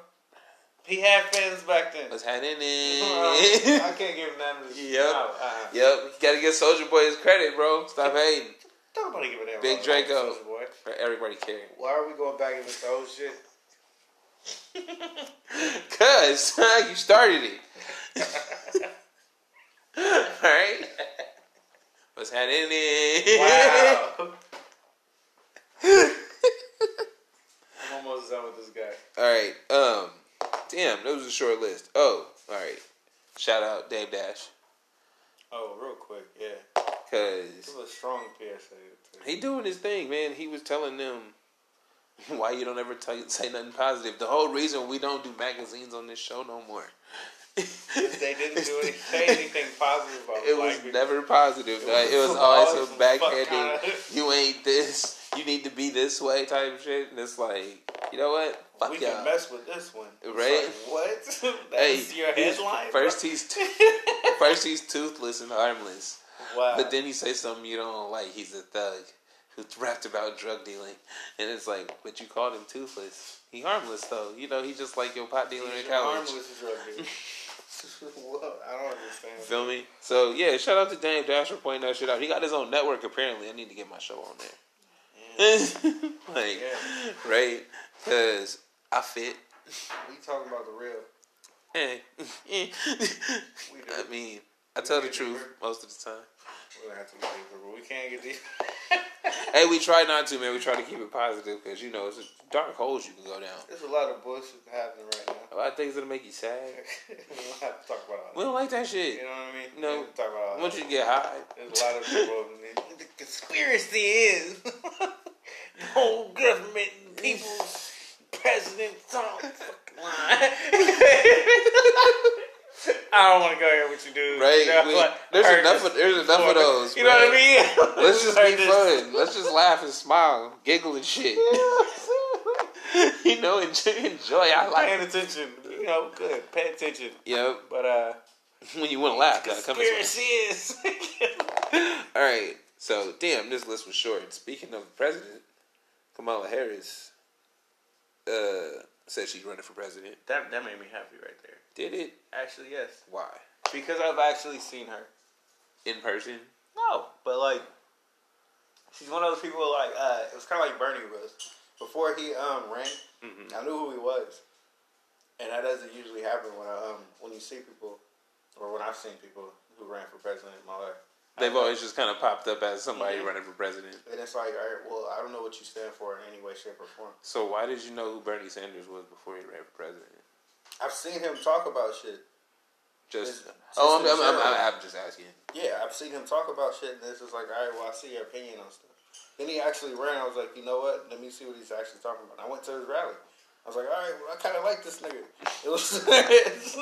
Speaker 5: He had fans back then.
Speaker 3: What's happening?
Speaker 5: I can't give him none of this.
Speaker 3: Yep.
Speaker 5: No, uh-uh.
Speaker 3: Yep, you gotta give Soldier Boy his credit, bro. Stop hating.
Speaker 5: Don't nobody give a damn.
Speaker 3: Big
Speaker 5: about
Speaker 3: Draco.
Speaker 5: Soulja Boy.
Speaker 3: For everybody caring.
Speaker 5: Why are we going back into this old shit?
Speaker 3: Cause you started it. Alright? What's happening?
Speaker 5: Wow. I'm almost done with this guy.
Speaker 3: Alright, um damn, that was a short list. Oh, alright. Shout out Dave Dash.
Speaker 5: Oh, real quick, yeah. This
Speaker 3: Cause
Speaker 5: was a strong PSA. too.
Speaker 3: he doing his thing, man. He was telling them why you don't ever tell, say nothing positive. The whole reason we don't do magazines on this show no more.
Speaker 5: If they didn't do any, say anything positive about
Speaker 3: It
Speaker 5: black
Speaker 3: was
Speaker 5: people.
Speaker 3: never positive. It was,
Speaker 5: was
Speaker 3: always
Speaker 5: always
Speaker 3: some
Speaker 5: some
Speaker 3: backhanded.
Speaker 5: fuck kinda-
Speaker 3: You ain't this. You need to be this way type of shit. And it's like, you know what? Fuck
Speaker 5: we
Speaker 3: y'all.
Speaker 5: can mess with this one. It's
Speaker 3: Right?
Speaker 5: like, what?
Speaker 3: Hey,
Speaker 5: That's your
Speaker 3: he's-
Speaker 5: headline?
Speaker 3: First he's t- first he's toothless and harmless,
Speaker 5: wow.
Speaker 3: but then he says something you don't like. He's a thug who's rapped about drug dealing, and it's like, but you called him toothless. He harmless though. You know, he just like your pot dealer
Speaker 5: Your
Speaker 3: in
Speaker 5: arm
Speaker 3: college.
Speaker 5: was drug dealer. Whoa, I don't understand.
Speaker 3: Feel me? So yeah, shout out to Dame Dash for pointing that shit out. He got his own network apparently. I need to get my show on there. like,
Speaker 5: Yeah.
Speaker 3: right? Because I fit.
Speaker 5: We talking about the real.
Speaker 3: Eh. Eh.
Speaker 5: We do.
Speaker 3: I mean, I tell the
Speaker 5: get
Speaker 3: truth
Speaker 5: deeper.
Speaker 3: most of the time.
Speaker 5: We're gonna have to leave it, but we can't get these.
Speaker 3: Hey, we try not to, man. We try to keep it positive because you know it's a dark holes you can go down.
Speaker 5: There's a lot of bullshit happening right now.
Speaker 3: A lot of things that'll make you sad.
Speaker 5: we don't have to talk about all
Speaker 3: We don't like that
Speaker 5: that. You
Speaker 3: shit.
Speaker 5: know what I mean?
Speaker 3: No.
Speaker 5: We don't talk about
Speaker 3: I
Speaker 5: all
Speaker 3: want
Speaker 5: that.
Speaker 3: you to get high.
Speaker 5: There's a lot of people. the conspiracy is the whole government, and people, President Trump. fucking lying. I don't want to go here with you, dude. You
Speaker 3: Right?
Speaker 5: know,
Speaker 3: We-
Speaker 5: like, I
Speaker 3: there's
Speaker 5: heard
Speaker 3: enough.
Speaker 5: this
Speaker 3: Of, there's enough
Speaker 5: before,
Speaker 3: of
Speaker 5: but-
Speaker 3: those.
Speaker 5: You know what I
Speaker 3: bruh.
Speaker 5: mean?
Speaker 3: Let's just be
Speaker 5: Heard this.
Speaker 3: fun. Let's just laugh and smile, giggle and shit. you know, enjoy, enjoy our life.
Speaker 5: Paying attention, you know, good. Pay attention,
Speaker 3: Yep.
Speaker 5: but uh,
Speaker 3: When you want to laugh, gotta come. and-
Speaker 5: conspiracy is.
Speaker 3: All right. So damn, this list was short. Speaking of the president, Kamala Harris uh, said she's running for president.
Speaker 5: that that made me happy right there.
Speaker 3: Did it?
Speaker 5: Actually, yes,
Speaker 3: Why?
Speaker 5: because I've actually seen her.
Speaker 3: In person?
Speaker 5: No, but like, she's one of those people. Like, uh, it was kind of like Bernie was before he um ran.
Speaker 3: Mhm.
Speaker 5: I knew who he was, and that doesn't usually happen when I, um when you see people or when I've seen people who ran for president in my life.
Speaker 3: They've always just kind of popped up as somebody
Speaker 5: Mhm.
Speaker 3: running for president.
Speaker 5: And it's like, all right, well, I don't know what you stand for in any way, shape, or form.
Speaker 3: So why did you know who Bernie Sanders was before he ran for president?
Speaker 5: I've seen him talk about shit.
Speaker 3: Just,
Speaker 5: Just-
Speaker 3: oh, I'm,
Speaker 5: just in
Speaker 3: I'm, I'm,
Speaker 5: general.
Speaker 3: I'm just asking.
Speaker 5: Yeah, I've seen him talk about shit, and it's just like, all right, well, I see your opinion on stuff. Then he actually ran. I was like, you know what? Let me see what he's actually talking about. And I went to his rally.
Speaker 2: I was like, all right, well, I kind of like this nigga. It was, it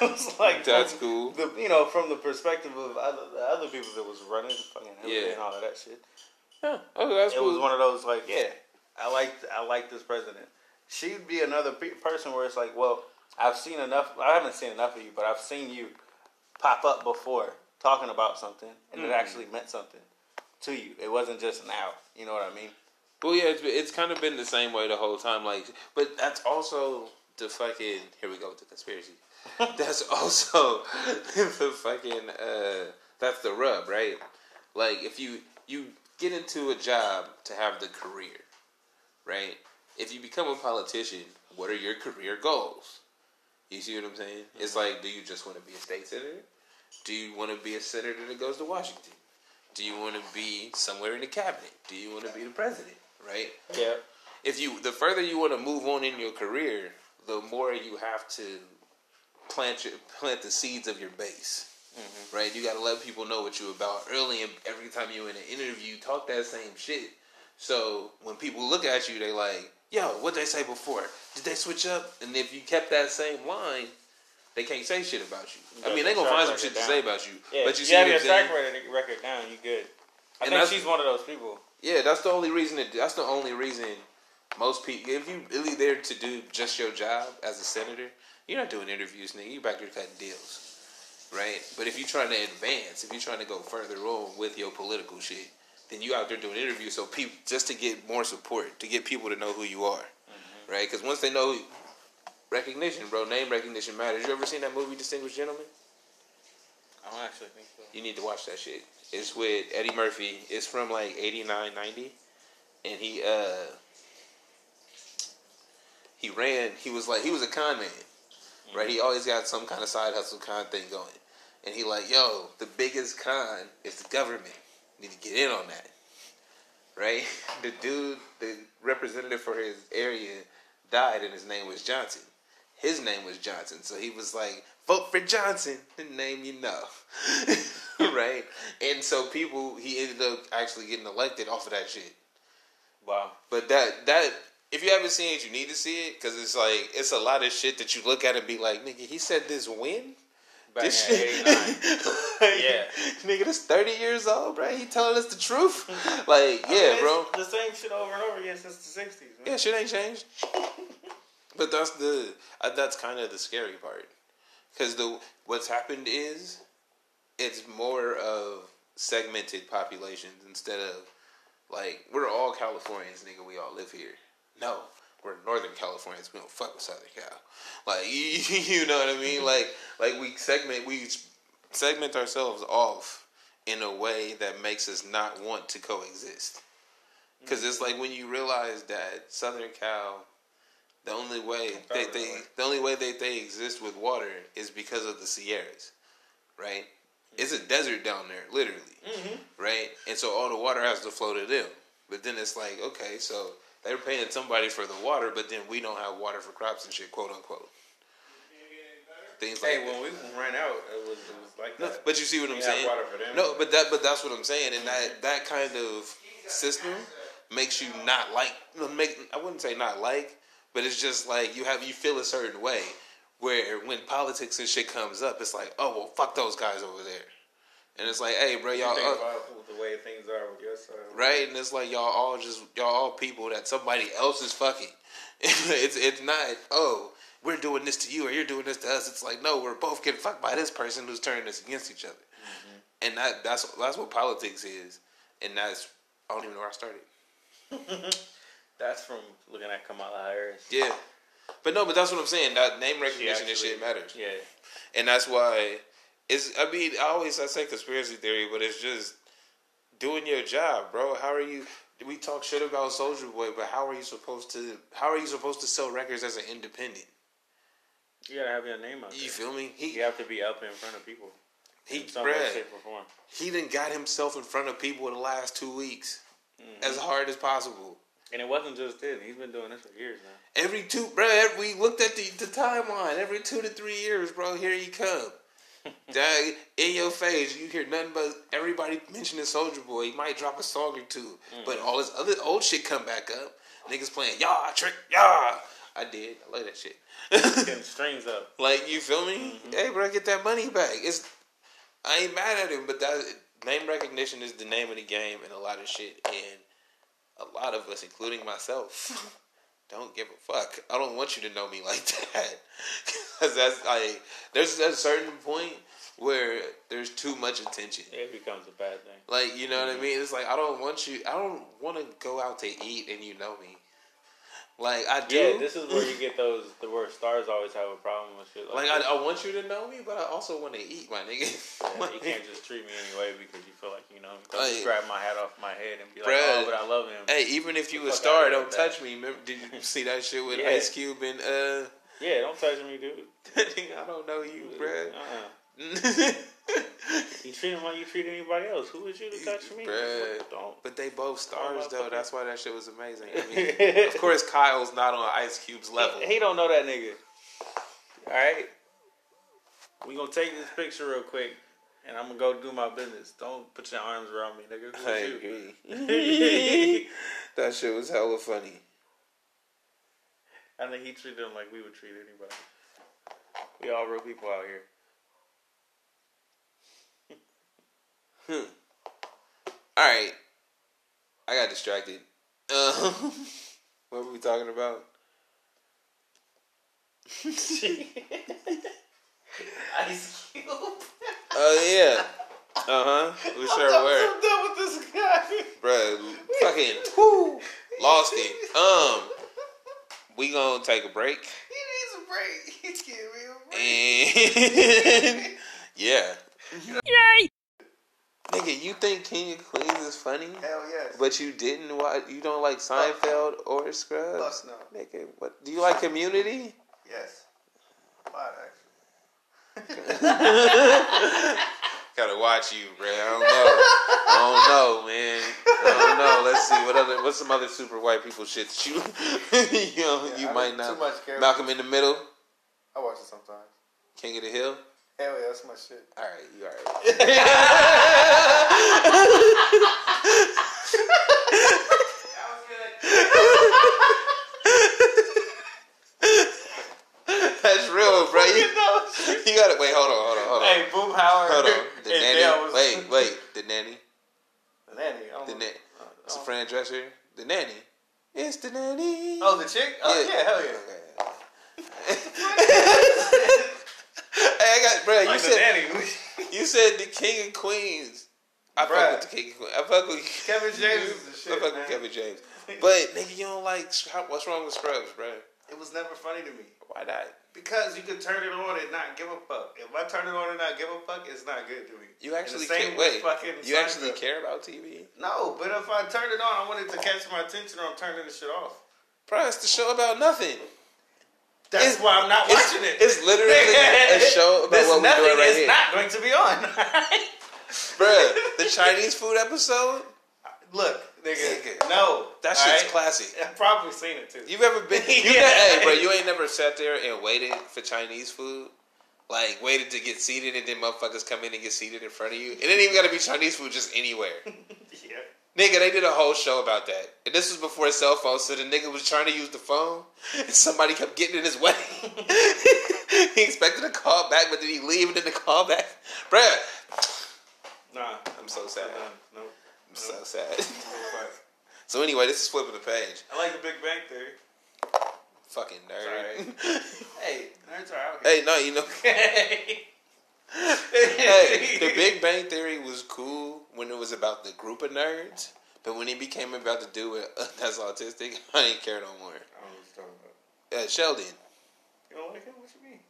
Speaker 2: was like
Speaker 3: That's cool.
Speaker 2: The, you know, from the perspective of other, the other people that was running, fucking Hillary
Speaker 3: Yeah.
Speaker 2: and all of that shit.
Speaker 3: Yeah. Oh, that's
Speaker 2: it
Speaker 3: cool.
Speaker 2: was one of those like, yeah, I like I like this president. She'd be another pe- person where it's like, well, I've seen enough. I haven't seen enough of you, but I've seen you pop up before talking about something, and it actually meant something to you. It wasn't just now. You know what I mean?
Speaker 3: But yeah, it's, it's kind of been the same way the whole time. Like, but that's also the fucking. Here we go with the conspiracy. that's also the fucking. Uh, that's the rub, right? Like, if you you get into a job to have the career, right? If you become a politician, what are your career goals? You see what I'm saying? It's like, do you just want to be a state senator? Do you want to be a senator that goes to Washington? Do you want to be somewhere in the cabinet? Do you want to be the president? Right?
Speaker 2: Yeah.
Speaker 3: If you the further you want to move on in your career, the more you have to plant your, plant the seeds of your base.
Speaker 2: Mm-hmm.
Speaker 3: Right? You got to let people know what you about early and every time you in an interview, talk that same shit. So when people look at you, they like, "Yo, what they say before? Did they switch up?" And if you kept that same line, they can't say shit about you. I
Speaker 2: got
Speaker 3: mean,
Speaker 2: your
Speaker 3: they gonna
Speaker 2: track
Speaker 3: find some
Speaker 2: record
Speaker 3: shit to
Speaker 2: down.
Speaker 3: say about you.
Speaker 2: Yeah.
Speaker 3: But you,
Speaker 2: you,
Speaker 3: see
Speaker 2: have
Speaker 3: what
Speaker 2: your
Speaker 3: I'm saying?
Speaker 2: track record, record down. You good? I think
Speaker 3: And that's-
Speaker 2: she's one of those people.
Speaker 3: Yeah, that's the only reason. That, that's the only reason most people. If you really there to do just your job as a senator, you're not doing interviews, nigga. You back there cutting deals, right? But if you're trying to advance, if you're trying to go further on with your political shit, then you out there doing interviews. So people just to get more support, to get people to know who you are, right? Because once they know who- recognition, bro, name recognition matters. You ever seen that movie, Distinguished Gentleman?
Speaker 2: I don't actually think so.
Speaker 3: You need to watch that shit. It's with Eddie Murphy. It's from like 89, 90. And he uh he ran, he was like he was a con man. Right? He always got some kind of side hustle con thing going. And he like, yo, the biggest con is the government. Need to get in on that. Right? The dude, the representative for his area died and his name was Johnson his name was Johnson. So he was like, vote for Johnson, the name you know. right? And so people, he ended up actually getting elected off of that shit.
Speaker 2: Wow.
Speaker 3: But that, that, if you haven't seen it, you need to see it because it's like, it's a lot of shit that you look at and be like, nigga, he said this when?
Speaker 2: Back
Speaker 3: This
Speaker 2: in
Speaker 3: shit.
Speaker 2: '89.
Speaker 3: Like,
Speaker 2: Yeah.
Speaker 3: Nigga, this 30 years old, bro. He telling us the truth. Like, yeah, bro.
Speaker 2: The same shit over and over again since the '60s. Man.
Speaker 3: Yeah, shit ain't changed. but that's the uh, that's kind of the scary part, because the what's happened is it's more of segmented populations instead of like we're all Californians, nigga. We all live here. No, we're Northern Californians. We don't fuck with Southern Cal. Like you know what I mean? like like we segment we segment ourselves off in a way that makes us not want to coexist. Because it's like when you realize that Southern Cal, the only way that they the only way that they exist with water is because of the Sierras, right? It's a desert down there, literally, right? And so all the water has to flow to them. But then it's like, okay, so they're paying somebody for the water, but then we don't have water for crops and shit, quote unquote. Things like
Speaker 2: Hey,
Speaker 3: that.
Speaker 2: when we ran out, it was, it was like
Speaker 3: No,
Speaker 2: that.
Speaker 3: but you see what I'm
Speaker 2: have
Speaker 3: saying?
Speaker 2: water for them.
Speaker 3: No, but that but that's what I'm saying, and that that kind of system makes you not like no, make I wouldn't say not like, but it's just like you have you feel a certain way where when politics and shit comes up, it's like oh well fuck those guys over there, and it's like hey bro y'all
Speaker 2: think
Speaker 3: uh,
Speaker 2: about the way things are with your side.
Speaker 3: right, and it's like y'all all just y'all all people that somebody else is fucking. it's it's not oh. We're doing this to you, or you're doing this to us. It's like no, we're both getting fucked by this person who's turning us against each other and that that's that's what politics is, and that's I don't even know where I started.
Speaker 2: That's from looking at Kamala Harris.
Speaker 3: Yeah, but no, but that's what I'm saying. That name recognition
Speaker 2: actually-
Speaker 3: and shit matters,
Speaker 2: Yeah.
Speaker 3: and that's why it's. I mean, I always I say conspiracy theory, but it's just doing your job, bro. How are you? We talk shit about Soldier Boy, but how are you supposed to? How are you supposed to sell records as an independent?
Speaker 2: You gotta have your name out
Speaker 3: You feel me? He
Speaker 2: You have to be up in front of people.
Speaker 3: he,
Speaker 2: in some way,
Speaker 3: bruh,
Speaker 2: shape, or form.
Speaker 3: he done got himself in front of people in the last two weeks, as hard as possible.
Speaker 2: And it wasn't just this. He's been doing this for years now.
Speaker 3: Every two, bro. ev- We looked at the, the timeline. Every two to three years, bro. Here you come. Dang, in your face, you hear nothing but everybody mentioning Soldier Boy. He might drop a song or two, but all his other old shit come back up. Niggas playing, y'all trick, y'all. I did. I like that shit.
Speaker 5: Getting strings up.
Speaker 3: like you feel me? Hey, bro, get that money back. It's I ain't mad at him, but that name recognition is the name of the game and a lot of shit. And a lot of us, including myself, don't give a fuck. I don't want you to know me like that. 'Cause that's like there's a certain point where there's too much attention.
Speaker 5: It becomes a bad thing.
Speaker 3: Like, you know what I mean? It's like I don't want you I don't wanna go out to eat and you know me. Like I do
Speaker 5: Yeah, this is where you get those the where stars always have a problem with shit.
Speaker 3: like
Speaker 5: Like,
Speaker 3: I,
Speaker 5: that.
Speaker 3: I want you to know me, but I also want to eat, my nigga.
Speaker 5: you can't just treat me anyway because you feel like you know. Don't
Speaker 3: Like-
Speaker 5: just grab my hat off my head and be like,
Speaker 3: Bruh.
Speaker 5: oh, but I love him.
Speaker 3: hey, even if you a
Speaker 5: Fuck
Speaker 3: star,
Speaker 5: outta here
Speaker 3: don't
Speaker 5: with that.
Speaker 3: touch me. Remember, did you see that shit with
Speaker 5: Yeah.
Speaker 3: Ice Cube and uh?
Speaker 5: Yeah, don't touch me, dude.
Speaker 3: I don't know you, bruh.
Speaker 5: Uh-uh.
Speaker 3: bruh.
Speaker 5: You treat him like you treat anybody else. Who is you to touch me?
Speaker 3: Bruh.
Speaker 5: Don't.
Speaker 3: But they both stars
Speaker 5: Oh,
Speaker 3: though.
Speaker 5: motherfucker.
Speaker 3: That's why that shit was amazing. I mean, of course, Kyle's not on Ice Cube's level.
Speaker 5: He, he don't know that nigga. All right. We gonna take this picture real quick, and I'm gonna go do my business. Don't put your arms around me, nigga. Who's
Speaker 3: I
Speaker 5: you?
Speaker 3: agree. that shit was hella funny.
Speaker 5: I think he treated him like we would treat anybody. We all real people out here.
Speaker 3: All right, I got distracted. Um, what were we talking about?
Speaker 2: Ice Cube.
Speaker 3: Oh yeah. Uh huh. We sure were,
Speaker 2: I'm done with this guy.
Speaker 3: bro. Fucking whew, lost it. Um, we gonna take a break
Speaker 2: He needs a break. He's giving me a break.
Speaker 3: and yeah. Yay! Nigga, you think King of Queens is funny,
Speaker 2: Hell yes.
Speaker 3: but you didn't watch. You don't like Seinfeld or Scrubs.
Speaker 2: Fuck
Speaker 3: Nigga, what? Do you like Community?
Speaker 2: yes. A lot, actually.
Speaker 3: Gotta watch you, bro. I don't know. I don't know, man. I don't know. Let's see what other what's some other super white people shit that you you know,
Speaker 2: Yeah,
Speaker 3: you
Speaker 2: I
Speaker 3: might
Speaker 2: don't-
Speaker 3: not.
Speaker 2: too much character.
Speaker 3: Malcolm in the Middle,
Speaker 2: I watch it sometimes.
Speaker 3: King of the Hill.
Speaker 2: Hell yeah, that's my shit.
Speaker 3: All right, you all right. That's real, bro. You, you gotta wait. Hold on, hold on, hold on.
Speaker 5: Hey, Boom Howard.
Speaker 3: Hold on. The
Speaker 5: and
Speaker 3: nanny.
Speaker 5: Dale was-
Speaker 3: Wait, wait. The nanny.
Speaker 2: The nanny. I don't
Speaker 3: The
Speaker 2: know.
Speaker 3: nanny. It's a Fran Drescher. The nanny. It's the nanny.
Speaker 2: Oh, the chick? Oh, yeah, hell yeah.
Speaker 3: Hey, I got, bro. You
Speaker 5: Like the
Speaker 3: said
Speaker 5: nanny.
Speaker 3: you said the king and queens. I
Speaker 2: Bruh.
Speaker 3: fuck with the king and queens. I fuck with
Speaker 2: Kevin James is the shit.
Speaker 3: I fuck
Speaker 2: man.
Speaker 3: with Kevin James. But nigga, you don't like how, what's wrong with Scrubs, bro?
Speaker 2: It was never funny to me.
Speaker 3: Why not?
Speaker 2: Because you can turn it on and not give a fuck. If I turn it on and not give a fuck, it's not good to me.
Speaker 3: You
Speaker 2: And the
Speaker 3: actually
Speaker 2: same
Speaker 3: can't
Speaker 2: with
Speaker 3: wait.
Speaker 2: Fucking
Speaker 3: You
Speaker 2: Seinfeld.
Speaker 3: actually care about TV,
Speaker 2: No, but if I turn it on, I want it to catch my attention or I'm turning the shit off.
Speaker 3: bro? It's the show about nothing.
Speaker 2: That's
Speaker 3: It's-
Speaker 2: why I'm not
Speaker 3: it's-
Speaker 2: watching it.
Speaker 3: It's literally a show about
Speaker 2: There's
Speaker 3: what we're
Speaker 2: nothing
Speaker 3: doing right
Speaker 2: that's
Speaker 3: here,
Speaker 2: not going to be on.
Speaker 3: bro. The Chinese food episode.
Speaker 2: Look, nigga,
Speaker 3: Nigga.
Speaker 2: no.
Speaker 3: That
Speaker 2: all
Speaker 3: shit's
Speaker 2: right?
Speaker 3: classic.
Speaker 2: I've probably seen it too.
Speaker 3: You've ever been? You
Speaker 2: Yeah.
Speaker 3: ne- hey, bro, you ain't never sat there and waited for Chinese food, like waited to get seated, and then motherfuckers come in and get seated in front of you. It ain't even gotta be Chinese food, just anywhere.
Speaker 2: yeah.
Speaker 3: nigga, they did a whole show about that, and this was before cell phones, so the nigga was trying to use the phone, and somebody kept getting in his way. he expected a call back, but then he leave, and then the call back, bruh.
Speaker 2: Nah.
Speaker 3: I'm so sad.
Speaker 2: Nah, no.
Speaker 3: I'm so sad.
Speaker 2: Fuck.
Speaker 3: so anyway, this is flipping the page.
Speaker 2: I like the Big Bang Theory.
Speaker 3: Fucking nerd.
Speaker 2: Hey, nerds are out here.
Speaker 3: hey, no, you know. hey, the Big Bang Theory was cool when it was about the group of nerds, but when it became about the dude with- that's autistic, I didn't care no
Speaker 2: I don't know
Speaker 3: more.
Speaker 2: what you're talking about.
Speaker 3: Uh, Sheldon,
Speaker 2: You don't like him? What you mean?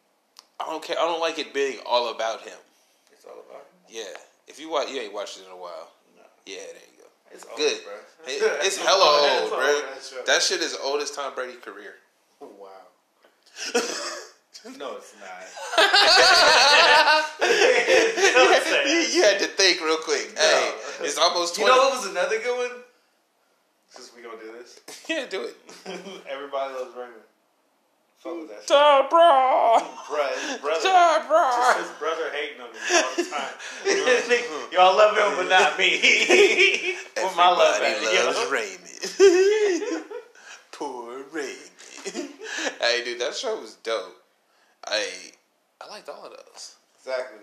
Speaker 3: I don't care. I don't like it being all about him.
Speaker 2: It's all about him.
Speaker 3: Yeah, if you watch, you ain't watched it in a while.
Speaker 2: No.
Speaker 3: Yeah, there you go.
Speaker 2: It's old,
Speaker 3: Good.
Speaker 2: Oh, bro.
Speaker 3: It- it's hella old,
Speaker 2: It's
Speaker 3: bro.
Speaker 2: that show.
Speaker 3: That shit is old as Tom Brady's career.
Speaker 2: Oh, wow. No, it's not.
Speaker 5: Don't say
Speaker 3: you,
Speaker 5: that.
Speaker 3: you had to think real quick. Hey, it's almost
Speaker 2: You
Speaker 3: twenty.
Speaker 2: know what was another good one? Since we gonna do this,
Speaker 3: yeah, do it.
Speaker 2: everybody loves Raymond. Fuck with that shit.
Speaker 3: Tom Brady.
Speaker 2: Bruh, his brother.
Speaker 3: Tom Brady.
Speaker 5: His brother hating on him all the time.
Speaker 2: Y'all love him, but not me. with my love,
Speaker 3: Everybody
Speaker 2: at, yo.
Speaker 3: loves Raymond. Poor Raymond. Hey, dude, that show was dope. I I liked all of those.
Speaker 2: Exactly.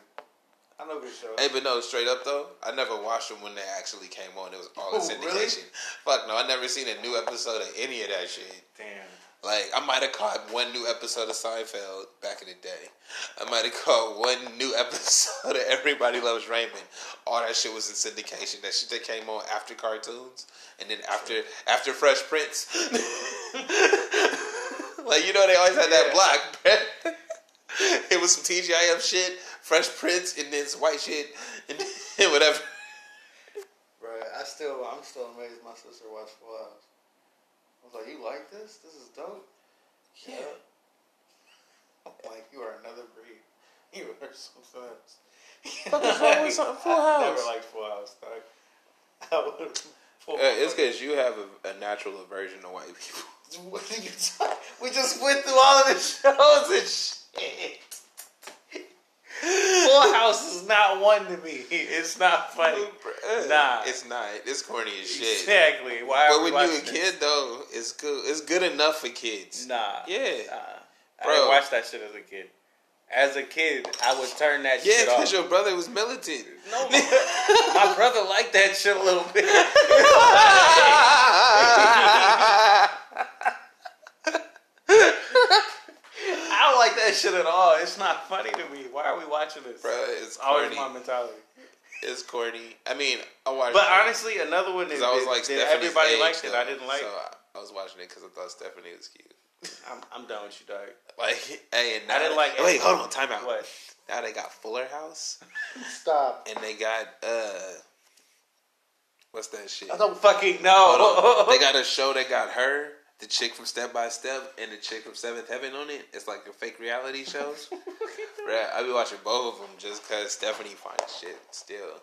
Speaker 2: I know good show.
Speaker 3: Hey, but no, straight up though, I never watched them when they actually came on. It was all in
Speaker 2: Oh, really?
Speaker 3: syndication. Fuck no, I never seen a new episode of any of that shit.
Speaker 2: Damn.
Speaker 3: Like I might have caught one new episode of Seinfeld back in the day. I might have caught one new episode of Everybody Loves Raymond. All that shit was in syndication. That shit that came on after cartoons and then after after Fresh Prince. like you know they always had that block. it was some TGIF shit, Fresh Prince, and then some white shit and then whatever.
Speaker 2: Bro, I still, I'm still amazed my sister watched Full House. I was like, you like this? This is dope.
Speaker 3: Yeah.
Speaker 2: I'm like, you are another breed. You are something else.
Speaker 3: What the fuck was on Full
Speaker 2: I
Speaker 3: House?
Speaker 2: never liked Full House, dog. I would Full
Speaker 3: Uh, it's because you have a, a natural aversion to white people.
Speaker 2: What are you talking? We just went through all of the shows and shit. Full House is not one to me. It's not funny.
Speaker 3: Bruh,
Speaker 5: Nah.
Speaker 3: it's not. It's corny as shit.
Speaker 5: Exactly. Why
Speaker 3: But
Speaker 5: are we
Speaker 3: when you a
Speaker 5: watching
Speaker 3: kid though, it's good. It's good enough for kids.
Speaker 5: this? Nah.
Speaker 3: Yeah,
Speaker 5: Nah. I
Speaker 3: Bro.
Speaker 5: didn't watch that shit as a kid. As a kid, I would turn that
Speaker 3: yeah,
Speaker 5: shit off.
Speaker 3: because your brother was militant.
Speaker 5: No, my brother liked that shit a little bit. I don't like that shit at all. It's not funny to me. Why are we watching this?
Speaker 3: Bro, it's
Speaker 5: It's always
Speaker 3: corny.
Speaker 5: my mentality.
Speaker 3: It's corny. I mean, I watched.
Speaker 5: But
Speaker 3: it
Speaker 5: honestly, another one is
Speaker 3: 'cause I was like,
Speaker 5: that
Speaker 3: Stephanie's
Speaker 5: everybody
Speaker 3: age,
Speaker 5: liked it. I
Speaker 3: though,
Speaker 5: didn't like.
Speaker 3: So
Speaker 5: it.
Speaker 3: I, I was watching it because I thought Stephanie was cute.
Speaker 5: I'm, I'm done with you, dog.
Speaker 3: Like, hey, and now
Speaker 5: I didn't like
Speaker 3: Wait,
Speaker 5: it.
Speaker 3: hold on, time out.
Speaker 5: What?
Speaker 3: Now they got Fuller House
Speaker 2: Stop.
Speaker 3: and they got uh, what's that shit?
Speaker 5: I don't fucking
Speaker 3: Hold on.
Speaker 5: know.
Speaker 3: they got a show that got her, the chick from Step by Step, and the chick from Seventh Heaven on it. It's like the fake reality shows. Bruh, I be watching both of them just because Stephanie finds shit still.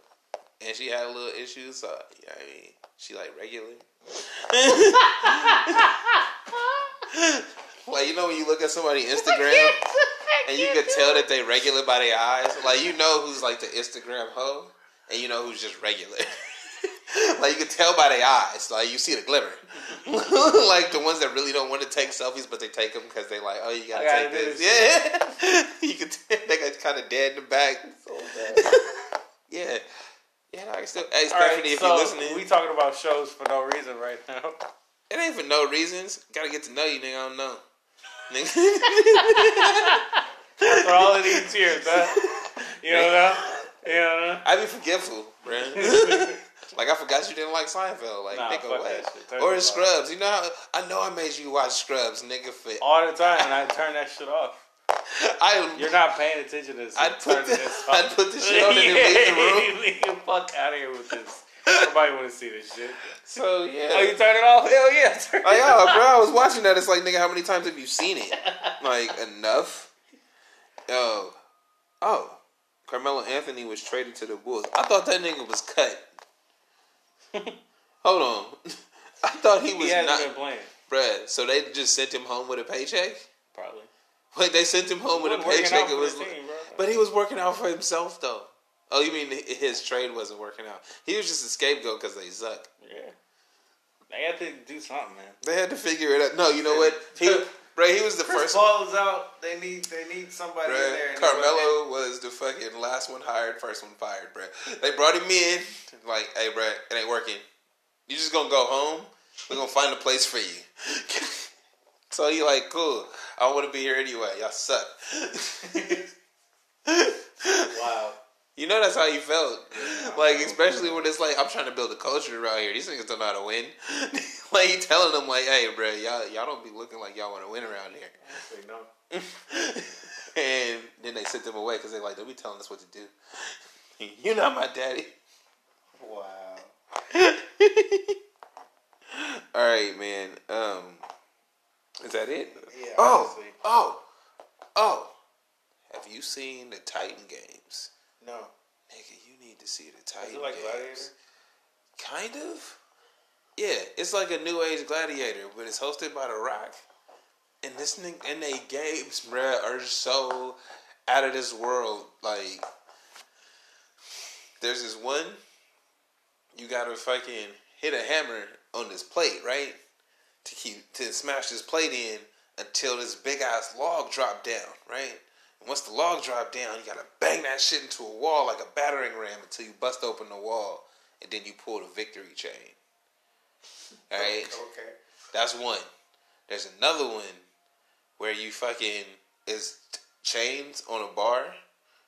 Speaker 3: And she had a little issues, so, you know what I mean? She like regular. like, you know when you look at somebody Instagram and you could tell that they regular by their eyes? Like, you know who's like the Instagram hoe and you know who's just regular. like, you can tell by their eyes. Like, you see the glimmer. like, the ones that really don't want to take selfies, but they take them because they like, oh, you gotta,
Speaker 5: I gotta do
Speaker 3: take this. Yeah. you can tell they got kind of dead in the back. yeah. Yeah, no, I can still. Hey,
Speaker 5: All right,
Speaker 3: Stephanie, if
Speaker 5: so
Speaker 3: you're listening,
Speaker 5: we talking about shows for no reason right now.
Speaker 3: it ain't for no reasons. Gotta get to know you, nigga. I don't know. Nigga.
Speaker 5: For all of these years, huh? You know? You know?
Speaker 3: I be forgetful, man. like I forgot you didn't like Seinfeld. Like
Speaker 5: Nah,
Speaker 3: nigga,
Speaker 5: fuck
Speaker 3: what?
Speaker 5: that shit. Turn it
Speaker 3: Or
Speaker 5: off.
Speaker 3: Scrubs. You know, how, I know I made you watch Scrubs, nigga. For
Speaker 5: All the time, and I turn that shit off.
Speaker 3: I,
Speaker 5: You're not paying attention to this.
Speaker 3: I'd put
Speaker 5: Turn
Speaker 3: the,
Speaker 5: this off.
Speaker 3: I'd put the shit on and then leave the room.
Speaker 5: leave the fuck out of here with this. Nobody want to see this shit.
Speaker 3: So yeah.
Speaker 5: Oh, you turn it off? Hell yeah. Turn it
Speaker 3: Like, oh, bro, I was watching that. It's like, nigga, how many times have you seen it? Like, enough? Oh. Oh. Carmelo Anthony was traded to the Bulls. I thought that nigga was cut. Hold on. I thought he
Speaker 5: He
Speaker 3: was
Speaker 5: hasn't
Speaker 3: not.
Speaker 5: been playing,
Speaker 3: Bruh, so they just sent him home with a paycheck?
Speaker 5: probably.
Speaker 3: Like, they sent him home with a
Speaker 5: Wasn't working out
Speaker 3: paycheck.
Speaker 5: for
Speaker 3: It was,
Speaker 5: the team, bro.
Speaker 3: but he was working out for himself, though. Oh, you mean hi- his trade wasn't working out? He was just a scapegoat because they suck.
Speaker 5: yeah. They have to do something, man.
Speaker 3: They had to figure it out. No, you know what? He, bruh, he was the
Speaker 2: Chris
Speaker 3: first
Speaker 2: Paul is out. They need, they need somebody in
Speaker 3: Bruh,
Speaker 2: there. and they wasn't-
Speaker 3: Carmelo was the fucking last one hired, first one fired, bruh. They brought him in, like, hey, bruh, it ain't working. You just gonna go home? We're gonna find a place for you. so he like, cool. I want to be here anyway. Y'all suck.
Speaker 2: Wow.
Speaker 3: You know that's how he felt. Like, especially when it's like, I'm trying to build a culture around here. These niggas don't know how to win. like, you telling them, like, hey, bruh, y'all, y'all don't be looking like y'all want to win around here.
Speaker 2: Actually, no.
Speaker 3: and then they sent them away because they like they'll be telling us what to do. You're not my daddy.
Speaker 2: Wow.
Speaker 3: All right, man. Um, is that it?
Speaker 2: Yeah,
Speaker 3: Oh,
Speaker 2: honestly.
Speaker 3: oh, oh. Have you seen the Titan games?
Speaker 2: No.
Speaker 3: Nigga, you need to see the Titan
Speaker 2: Is it like
Speaker 3: games. Kind of. Yeah, it's like a new age gladiator, but it's hosted by The Rock. And this thing and they games, bruh, are so out of this world. Like there's this one you gotta fucking hit a hammer on this plate, right? To keep to smash this plate in until this big ass log dropped down, right? And once the log dropped down, you gotta bang that shit into a wall like a battering ram until you bust open the wall, and then you pull the victory chain. All right,
Speaker 2: Okay.
Speaker 3: that's one. There's another one where you fucking is t- chains on a bar,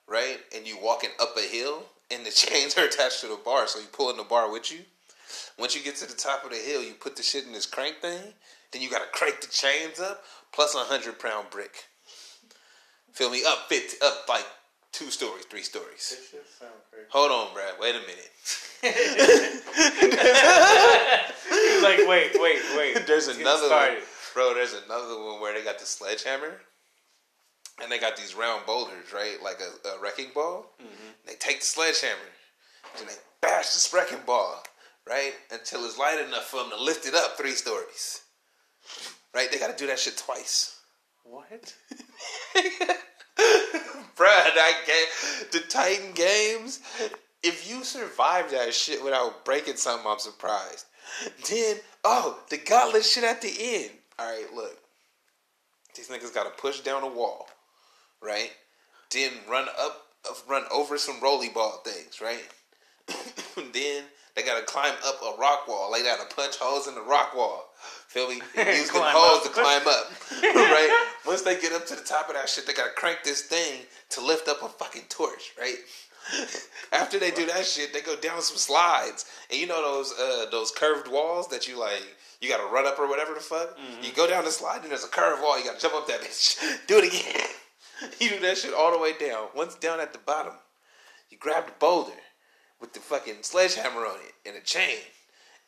Speaker 3: right? And you walking up a hill, and the chains are attached to the bar, so you pulling the bar with you. Once you get to the top of the hill, you put the shit in this crank thing. Then you gotta crank the chains up plus a hundred pound brick. Feel me? Up fit up like two stories, three stories.
Speaker 2: This shit sound crazy.
Speaker 3: Hold on, Brad. Wait a minute.
Speaker 5: He's like, wait, wait, wait.
Speaker 3: There's
Speaker 5: Let's get
Speaker 3: another one,
Speaker 5: started.
Speaker 3: bro. There's another one where they got the sledgehammer, and they got these round boulders, right, like a, a wrecking ball.
Speaker 5: Mm-hmm.
Speaker 3: They take the sledgehammer, and they bash this wrecking ball, right, until it's light enough for them to lift it up three stories. Right, they got to do that shit twice.
Speaker 5: What?
Speaker 3: Bruh, that game, the Titan games. If you survive that shit without breaking something, I'm surprised. Then, oh, the godless shit at the end. All right, look, these niggas got to push down a wall, right? Then run up, run over some rolly ball things, right? then they got to climb up a rock wall. Like they got to punch holes in the rock wall. Feel me? And Use the
Speaker 5: Climb
Speaker 3: holes
Speaker 5: up.
Speaker 3: to climb up, right? Once they get up to the top of that shit, they got to crank this thing to lift up a fucking torch, right? After they do that shit, they go down some slides, and you know those uh, those curved walls that you like. You gotta run up or whatever the fuck. You
Speaker 5: Mm-hmm.
Speaker 3: go down the slide and there's a curved wall. You gotta jump up that bitch. Do it again. you do that shit all the way down. Once down at the bottom, you grab the boulder with the fucking sledgehammer on it and a chain,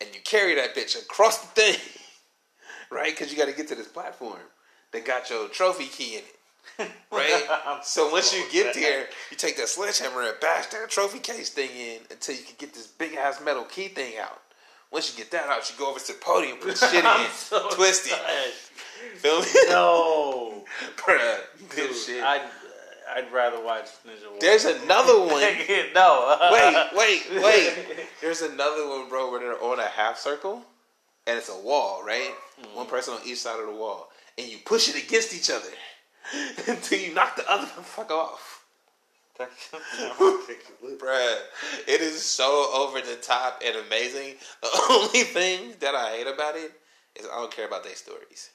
Speaker 3: and you carry that bitch across the thing, right? Because you got to get to this platform that got your trophy key in it, right?
Speaker 5: I'm
Speaker 3: so once you
Speaker 5: so
Speaker 3: get
Speaker 5: sad.
Speaker 3: there, you take that sledgehammer and bash that trophy case thing in until you can get this big ass metal key thing out. Once you get that out, you go over to the podium, put the shit in,
Speaker 5: I'm so
Speaker 3: twist it,
Speaker 5: sad.
Speaker 3: feel me?
Speaker 5: No.
Speaker 3: Bruh,
Speaker 5: Dude,
Speaker 3: this shit.
Speaker 5: I'd, I'd rather watch Ninja Warrior.
Speaker 3: There's another one.
Speaker 5: no.
Speaker 3: wait, wait, wait. There's another one, bro, where they're on a half circle and it's a wall, right?
Speaker 5: Mm-hmm.
Speaker 3: One person on each side of the wall. And you push it against each other until you knock the other fuck off. Bruh, it is so over the top and amazing. The only thing that I hate about it is I don't care about their stories.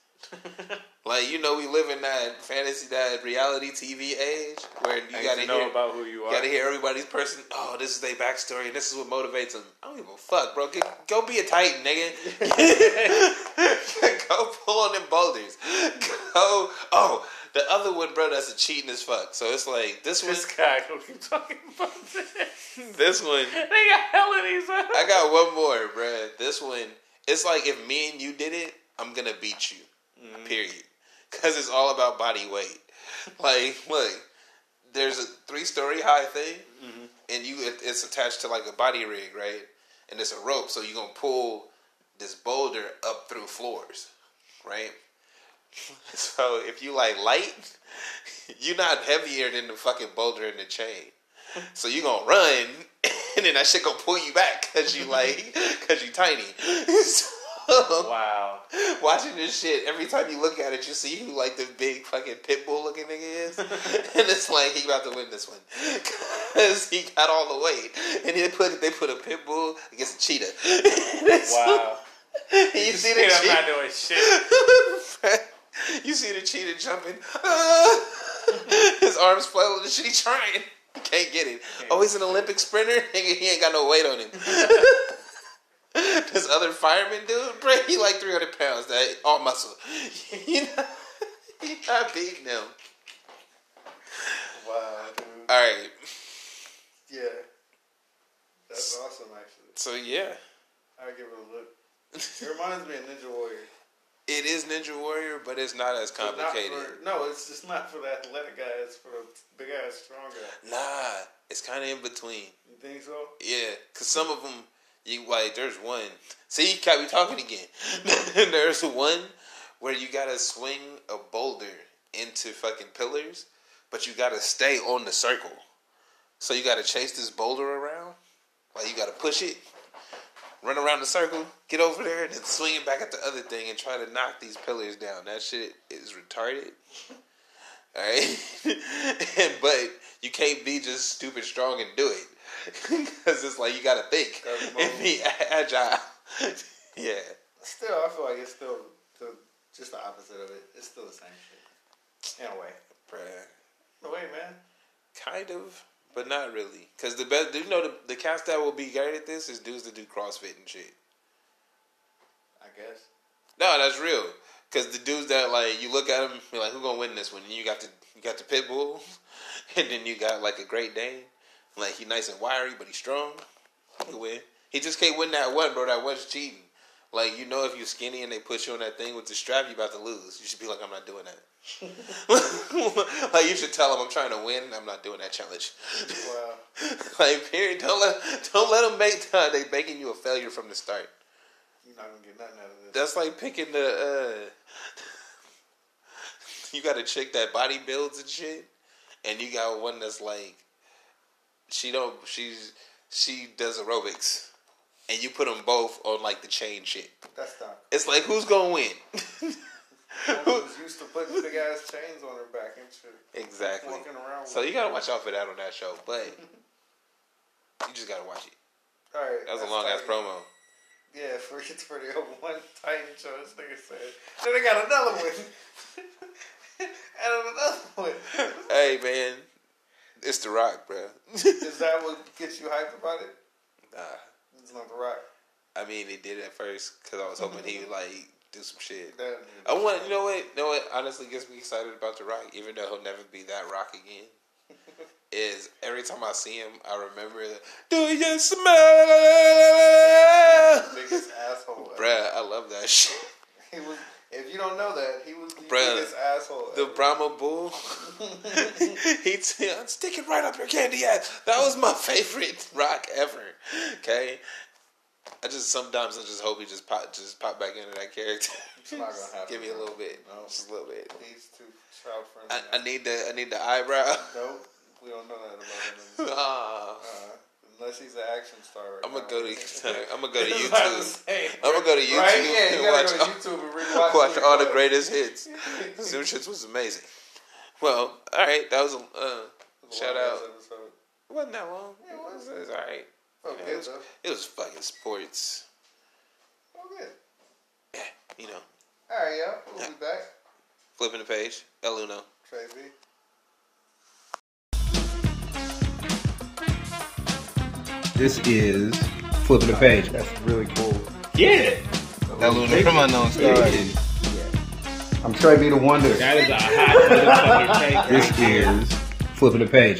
Speaker 3: like you know, we live in that fantasy, that reality TV age where you
Speaker 5: You
Speaker 3: gotta
Speaker 5: gotta know
Speaker 3: hear
Speaker 5: about who you are.
Speaker 3: you gotta hear everybody's person. Oh, this is their backstory, and this is what motivates them. I don't give a fuck, bro. Get- go be a titan, nigga. go pull on them boulders. Go. Oh, the other one, bro, that's a cheating as fuck. So it's like this one.
Speaker 5: this guy. Don't keep talking about this.
Speaker 3: This one.
Speaker 5: They got hell in these.
Speaker 3: I got one more, bro. This one. It's like if me and you did it, I'm gonna beat you. Period. Cause it's all about body weight. Like, look, there's a three story high thing, and you it, it's attached to like a body rig, right? And it's a rope, so you're gonna pull this boulder up through floors, right? So if you like light, you're not heavier than the fucking boulder in the chain. So you gonna run, and then that shit gonna pull you back because you like because you tiny. So-
Speaker 5: Wow.
Speaker 3: watching this shit, every time you look at it, you see who like the big fucking pit bull looking nigga is, and it's like he about to win this one because he got all the weight, and they put they put a pit bull against a cheetah.
Speaker 5: Wow.
Speaker 3: you see the
Speaker 5: Dude, I'm not
Speaker 3: cheetah.
Speaker 5: doing shit.
Speaker 3: you see the cheetah jumping. Ah! his arms flailing and shit. He trying. Can't get it. Oh, he's an Olympic sprinter. Nigga, he ain't got no weight on him. this other fireman dude, bro, he like three hundred pounds. That all muscle. he not, he not beating him.
Speaker 7: Wow, dude.
Speaker 3: All right.
Speaker 7: Yeah. That's awesome, actually.
Speaker 3: So yeah,
Speaker 7: I give it a look. It reminds me of Ninja Warrior.
Speaker 3: it is Ninja Warrior, but it's not as
Speaker 7: But not
Speaker 3: complicated.
Speaker 7: for- no, it's just not for the athletic guy. It's for the big ass, strong guy.
Speaker 3: Nah, it's kind of in between.
Speaker 7: You think so?
Speaker 3: Yeah, cause some of them, you like, there's one. See, can't be talking again. there's one where you gotta swing a boulder into fucking pillars, but you gotta stay on the circle. So you gotta chase this boulder around, like you gotta push it, run around the circle, get over there, and then swing it back at the other thing and try to knock these pillars down. That shit is retarded. All right, but you can't be just stupid strong and do it because it's like you gotta think
Speaker 7: Gotta move.
Speaker 3: and be a- agile. yeah,
Speaker 2: Still, I feel like it's still the, just the opposite of it. It's still the same shit. In a way.
Speaker 3: bruh.
Speaker 2: No way, man.
Speaker 3: Kind of, but not really. Because the best, you know, the, the cast that will be great at this is dudes that do CrossFit and shit.
Speaker 2: I guess.
Speaker 3: No, that's real. Because the dudes that like you look at them, you're like, who gonna win this one? And you got the you got the pit bull, and then you got like a Great Dane. Like he nice and wiry, but he's strong. He can win. He just can't win that one, bro. That one's cheating. Like you know, if you're skinny and they put you on that thing with the strap, you about to lose. You should be like, I'm not doing that. like you should tell them I'm trying to win. and I'm not doing that challenge.
Speaker 2: Well,
Speaker 3: like period. Don't let don't let them make they making you a failure from the start.
Speaker 2: you're not gonna get nothing out of this.
Speaker 3: That's like picking the. Uh, you got a chick that body builds and shit, and you got one that's like, she don't she's she does aerobics, and you put them both on like the chain shit.
Speaker 2: That's not.
Speaker 3: It's like who's gonna win?
Speaker 2: Who's used to putting big ass chains on her back and shit.
Speaker 3: exactly.
Speaker 2: Walking around.
Speaker 3: So
Speaker 2: with-
Speaker 3: you gotta watch out for that on that show, but you just gotta watch it.
Speaker 2: All right,
Speaker 3: That was a
Speaker 2: that's
Speaker 3: long ass
Speaker 2: tight.
Speaker 3: promo.
Speaker 2: Yeah, for it's for the one Titan show. This nigga said. Then they got another one. and another one.
Speaker 3: Hey man, it's the Rock, bro.
Speaker 2: Is that what gets you hyped about it?
Speaker 3: nah.
Speaker 2: It's not the rock.
Speaker 3: I mean, it did at first because I was hoping he would like do some shit.
Speaker 2: That,
Speaker 3: I want, you know what, you know what? Honestly, gets me excited about the Rock, even though he'll never be that Rock again. is every time I see him, I remember the Do you smell?
Speaker 2: biggest asshole. ever.
Speaker 3: Bruh, I love that shit.
Speaker 2: He was. If you don't know that, he was the
Speaker 3: Bruh,
Speaker 2: biggest asshole.
Speaker 3: The
Speaker 2: ever.
Speaker 3: Brahma Bull. he t- I'm sticking right up your candy ass. That was my favorite rock ever. Okay, I just sometimes I just hope he just pop just pop back into that character.
Speaker 2: It's not gonna happen.
Speaker 3: Give me a little bit,
Speaker 2: No.
Speaker 3: just a little bit.
Speaker 2: These two child friendly.
Speaker 3: I, I need the I need the eyebrow.
Speaker 2: nope, we don't know that about him.
Speaker 3: Ah,
Speaker 2: Uh, unless he's an action star. Right
Speaker 3: I'm gonna
Speaker 2: now.
Speaker 3: go to I'm gonna go to
Speaker 2: That's what I'm
Speaker 3: YouTube.
Speaker 2: saying.
Speaker 3: I'm gonna go to YouTube
Speaker 2: Right? Yeah,
Speaker 3: and
Speaker 2: you gotta
Speaker 3: watch
Speaker 2: go to YouTube and rewatch.
Speaker 3: watch
Speaker 2: what
Speaker 3: all
Speaker 2: he
Speaker 3: the
Speaker 2: was.
Speaker 3: greatest hits. Zoom shits was amazing. Well, all right, that was a uh,
Speaker 2: It was a
Speaker 3: shout
Speaker 2: long-ass
Speaker 3: out.
Speaker 2: episode.
Speaker 3: wasn't that long.
Speaker 2: It was.
Speaker 3: it was all right.
Speaker 2: Okay,
Speaker 3: Yeah, it was-
Speaker 2: though.
Speaker 3: It was fucking sports.
Speaker 2: Okay.
Speaker 3: You know,
Speaker 2: All right, y'all. We'll be back.
Speaker 3: flipping the page. El Uno.
Speaker 2: Tracy.
Speaker 1: This is flipping the page.
Speaker 8: That's really cool.
Speaker 1: Yeah,
Speaker 8: That
Speaker 1: Luna from
Speaker 8: unknown
Speaker 1: I'm Trey B the Wonder.
Speaker 8: That is a hot motherfucking take.
Speaker 1: This is flipping the page.